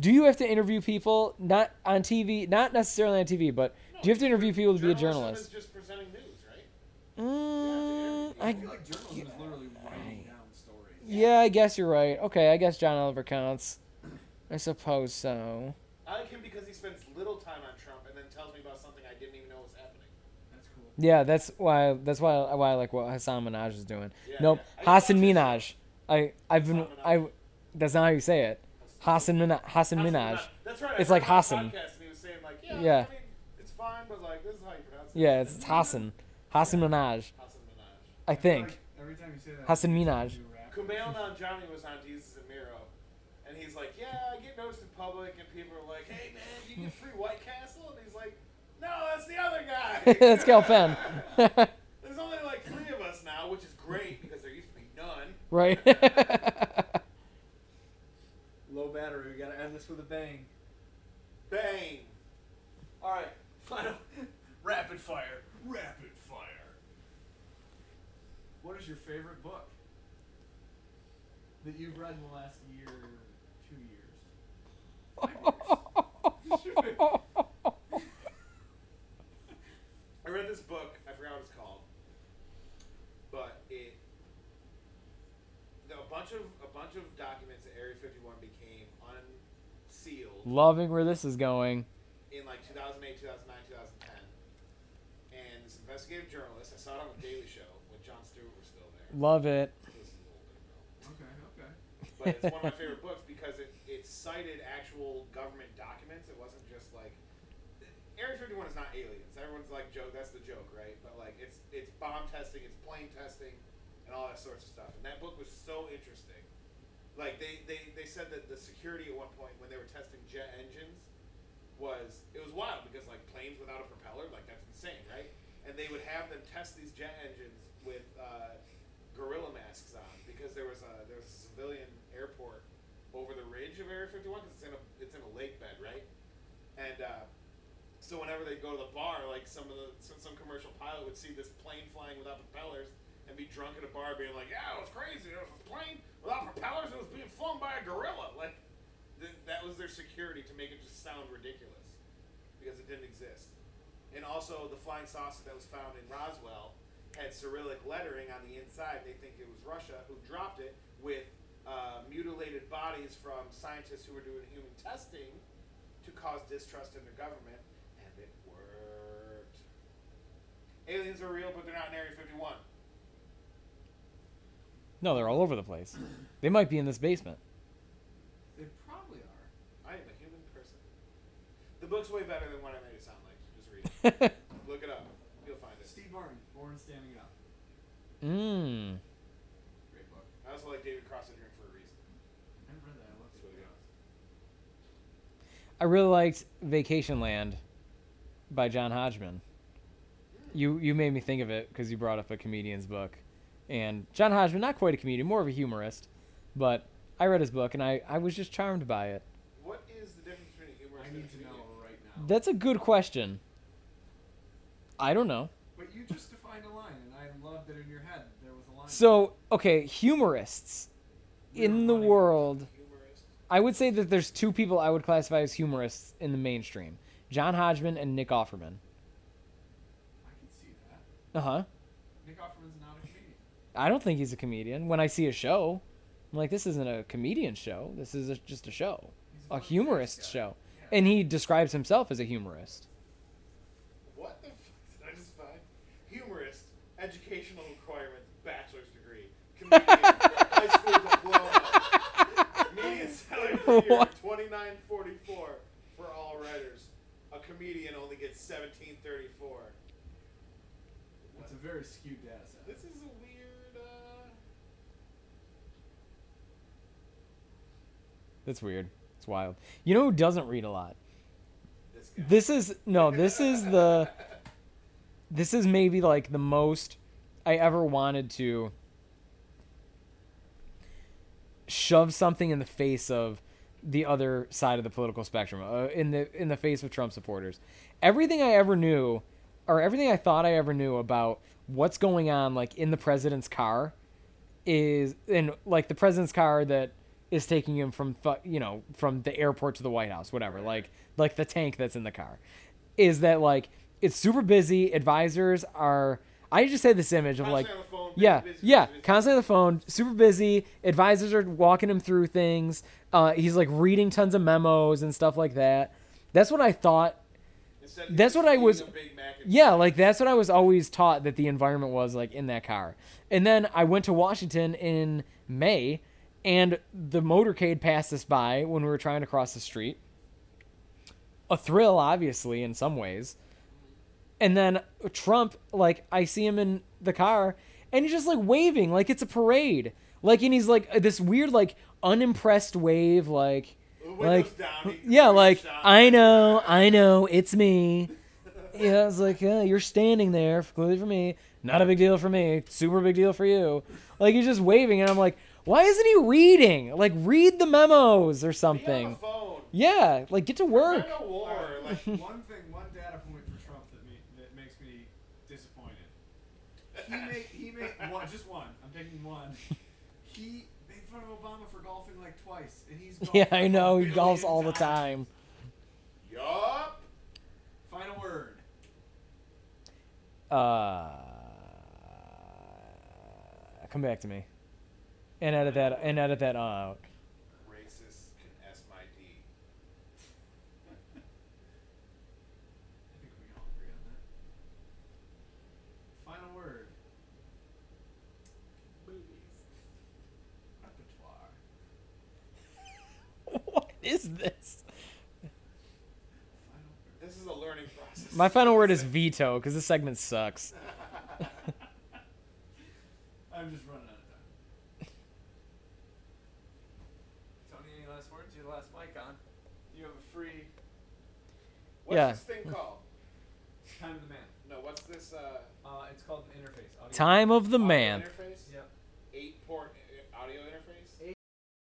Speaker 3: Do you have to interview people not on TV? Not necessarily on TV, but do you have to interview people to be a
Speaker 2: Journalism
Speaker 3: journalist?
Speaker 2: Is just presenting news, right?
Speaker 3: Mm,
Speaker 1: I
Speaker 3: I,
Speaker 1: feel like journalism is literally writing down stories.
Speaker 3: yeah, I guess you're right. Okay, I guess John Oliver counts. I suppose so.
Speaker 2: I like him because he spends little time on Trump and then tells me about something I didn't even know was happening.
Speaker 1: That's cool.
Speaker 3: Yeah, that's why. That's why. Why I like what Hassan Minaj is doing.
Speaker 2: Yeah,
Speaker 3: nope,
Speaker 2: yeah. I
Speaker 3: Hassan
Speaker 2: watch
Speaker 3: Minaj. I I've been
Speaker 2: Hassan
Speaker 3: I.
Speaker 2: Minaj.
Speaker 3: That's not how you say it. Hassan Minaj.
Speaker 2: Hassan
Speaker 3: Hassan Minaj.
Speaker 2: That's right. I heard
Speaker 3: It's
Speaker 2: him on
Speaker 3: like
Speaker 2: the
Speaker 3: Hassan.
Speaker 2: Podcast and he was saying like, yeah,
Speaker 3: Yeah.
Speaker 2: I mean, it's fine, but like, this is how you pronounce it.
Speaker 3: Yeah, it's Hassan. Hassan Minaj.
Speaker 2: Hassan Minaj.
Speaker 3: I
Speaker 1: feel
Speaker 3: think.
Speaker 1: Like every time you say that,
Speaker 3: Hassan
Speaker 1: it's a
Speaker 3: Minaj.
Speaker 1: new rap.
Speaker 2: Kumail Nanjiani was on Jesus and Miro, and he's like, yeah, I get noticed in public, and people are like, hey man, do you get free White Castle, and he's like, no, that's the other guy.
Speaker 3: that's Cal Penn.
Speaker 2: There's only like three of us now, which is great because there used to be none.
Speaker 3: right.
Speaker 1: Low battery. We gotta end this with a bang.
Speaker 2: Bang. All right.
Speaker 1: Final. rapid fire. Rapid fire. What is your favorite book that you've read in the last year, two years?
Speaker 2: I read this book. I forgot what it's called, but it the- a bunch of a bunch of documents at Area 51 became unsealed
Speaker 3: Loving where this is going.
Speaker 2: in like 2008, 2009, 2010. And this investigative journalist, I saw it on the Daily Show when Jon Stewart was still there.
Speaker 3: Love it.
Speaker 2: This is a little bit ago.
Speaker 1: Okay, okay.
Speaker 2: but it's one of my favorite books because it, it cited actual government documents. It wasn't just like Area 51 is not aliens. Everyone's like joke. That's the joke, right? But like it's it's bomb testing, it's plane testing, and all that sorts of stuff. And that book was so interesting. Like they, they, they said that the security at one point when they were testing jet engines was it was wild because like planes without a propeller, like that's insane, right? And they would have them test these jet engines with uh, gorilla masks on because there was a there was a civilian airport over the ridge of Area 51 because it's in a it's in a lake bed, right? And uh, so whenever they go to the bar, like some of the some, some commercial pilot would see this plane flying without propellers and be drunk at a bar, being like, "Yeah, it was crazy. There was a plane without propellers. It was being flown by a gorilla." Like th- that was their security to make it just sound ridiculous because it didn't exist. And also, the flying saucer that was found in Roswell had Cyrillic lettering on the inside. They think it was Russia who dropped it with uh, mutilated bodies from scientists who were doing human testing to cause distrust in their government, and it worked. Aliens are real, but they're not in Area 51.
Speaker 3: No, they're all over the place. They might be in this basement.
Speaker 1: They probably are.
Speaker 2: I am a human person. The book's way better than what I made it sound like. Just read it.
Speaker 3: Mmm.
Speaker 2: Look it up. You'll find it.
Speaker 1: Steve Martin, Born Standing Up.
Speaker 3: Hmm.
Speaker 1: Great book.
Speaker 2: I also like David Cross Drink for a reason.
Speaker 1: I haven't read that. I love
Speaker 2: That's
Speaker 1: it.
Speaker 2: what it is.
Speaker 3: I really liked Vacation Land by John Hodgman. You you made me think of it because you brought up a comedian's book, and John Hodgman, not quite a comedian, more of a humorist, but I read his book and I, I was just charmed by it.
Speaker 2: What is the difference between a humorist
Speaker 1: I
Speaker 2: and a
Speaker 1: need to
Speaker 2: comedian?
Speaker 1: know right now.
Speaker 3: That's a good question. I don't know.
Speaker 1: But you just defined a line, and I loved it in your head. There was a line.
Speaker 3: So okay, humorists in the
Speaker 1: Funny.
Speaker 3: world.
Speaker 2: Humorist.
Speaker 3: I would say that there's two people I would classify as humorists in the mainstream: John Hodgman and Nick Offerman.
Speaker 1: I can see that.
Speaker 3: Uh huh.
Speaker 1: Nick Offerman's not a comedian.
Speaker 3: I don't think he's a comedian. When I see a show, I'm like, this isn't a comedian show. This is a, just a show,
Speaker 1: He's
Speaker 3: a
Speaker 1: funny face
Speaker 3: humorist
Speaker 1: guy.
Speaker 3: show.
Speaker 1: Yeah.
Speaker 3: And he describes himself as a humorist.
Speaker 2: What the fuck did I just find? Humorist, educational requirements, bachelor's degree, comedian, high school diploma, median salary per year,
Speaker 3: What?
Speaker 2: twenty nine forty four for all writers. A comedian only gets seventeen thirty four.
Speaker 1: That's a very skewed data set.
Speaker 2: This is a weird. Uh,
Speaker 3: That's weird. It's wild. You know who doesn't read a lot?
Speaker 2: this guy.
Speaker 3: This is no. This is the. This is maybe like the most I ever wanted to shove something in the face of the other side of the political spectrum, uh, in the in the face of Trump supporters. Everything I ever knew, or everything I thought I ever knew about what's going on, like in the president's car, is in like the president's car that is taking him from fu- you know from the airport to the White House, whatever. Like like the tank that's in the car, is that like it's super busy. Advisors are. I just had this image of like
Speaker 2: Constantly on the phone, busy,
Speaker 3: yeah,
Speaker 2: busy,
Speaker 3: yeah,
Speaker 2: busy, busy.
Speaker 3: constantly on the phone, super busy. Advisors are walking him through things. Uh, he's like reading tons of memos and stuff like that. That's what I thought.
Speaker 2: Instead of
Speaker 3: that's what I
Speaker 2: eating
Speaker 3: was-
Speaker 2: a Big Mac and-
Speaker 3: Yeah, like that's what I was always taught that the environment was like in that car. And then I went to Washington in May, and the motorcade passed us by when we were trying to cross the street. A thrill, obviously, in some ways. And then Trump, like, I see him in the car, and he's just like waving, like it's a parade. Like, and he's like this weird, like, unimpressed wave, like,
Speaker 2: Windows
Speaker 3: like,
Speaker 2: down, he-
Speaker 3: yeah, like,
Speaker 2: shot.
Speaker 3: I know, I know, it's me. Yeah, I was like, yeah, you're standing there, clearly for me. Not a big deal for me, super big deal for you. Like, he's just waving, and I'm like, why isn't he reading? Like, read the memos
Speaker 2: Be
Speaker 3: or
Speaker 2: on the
Speaker 3: something.
Speaker 2: phone.
Speaker 3: Yeah, like, get to work.
Speaker 2: Start a war. Like,
Speaker 1: Alright, like one thing, one data point for Trump that me that makes me disappointed. He made he made one, just one. I'm taking one. He made fun of Obama for golfing like twice, and he's golfed
Speaker 3: Yeah, I know,
Speaker 1: a
Speaker 3: he golfs
Speaker 1: billion
Speaker 3: all the
Speaker 1: times.
Speaker 3: time.
Speaker 2: yup.
Speaker 1: Final word.
Speaker 3: Uh, come back to me. And edit that, and edit that uh, out.
Speaker 2: Racists can S my D.
Speaker 1: I think we can all agree on that. Final word. Movies. Repertoire.
Speaker 3: What is this?
Speaker 1: Final word.
Speaker 2: This is a learning process.
Speaker 3: My final word is veto, because this segment sucks.
Speaker 1: I'm just running out of time. Tony, any last words? Your last mic on. You have a free
Speaker 2: What's
Speaker 3: Yeah.
Speaker 2: this thing called?
Speaker 1: time of the man.
Speaker 2: No, what's this? Uh,
Speaker 1: Uh, it's called an interface. Audio
Speaker 3: Time of the
Speaker 2: audio
Speaker 3: man.
Speaker 2: Interface?
Speaker 1: Yep.
Speaker 2: Eight port i- audio interface?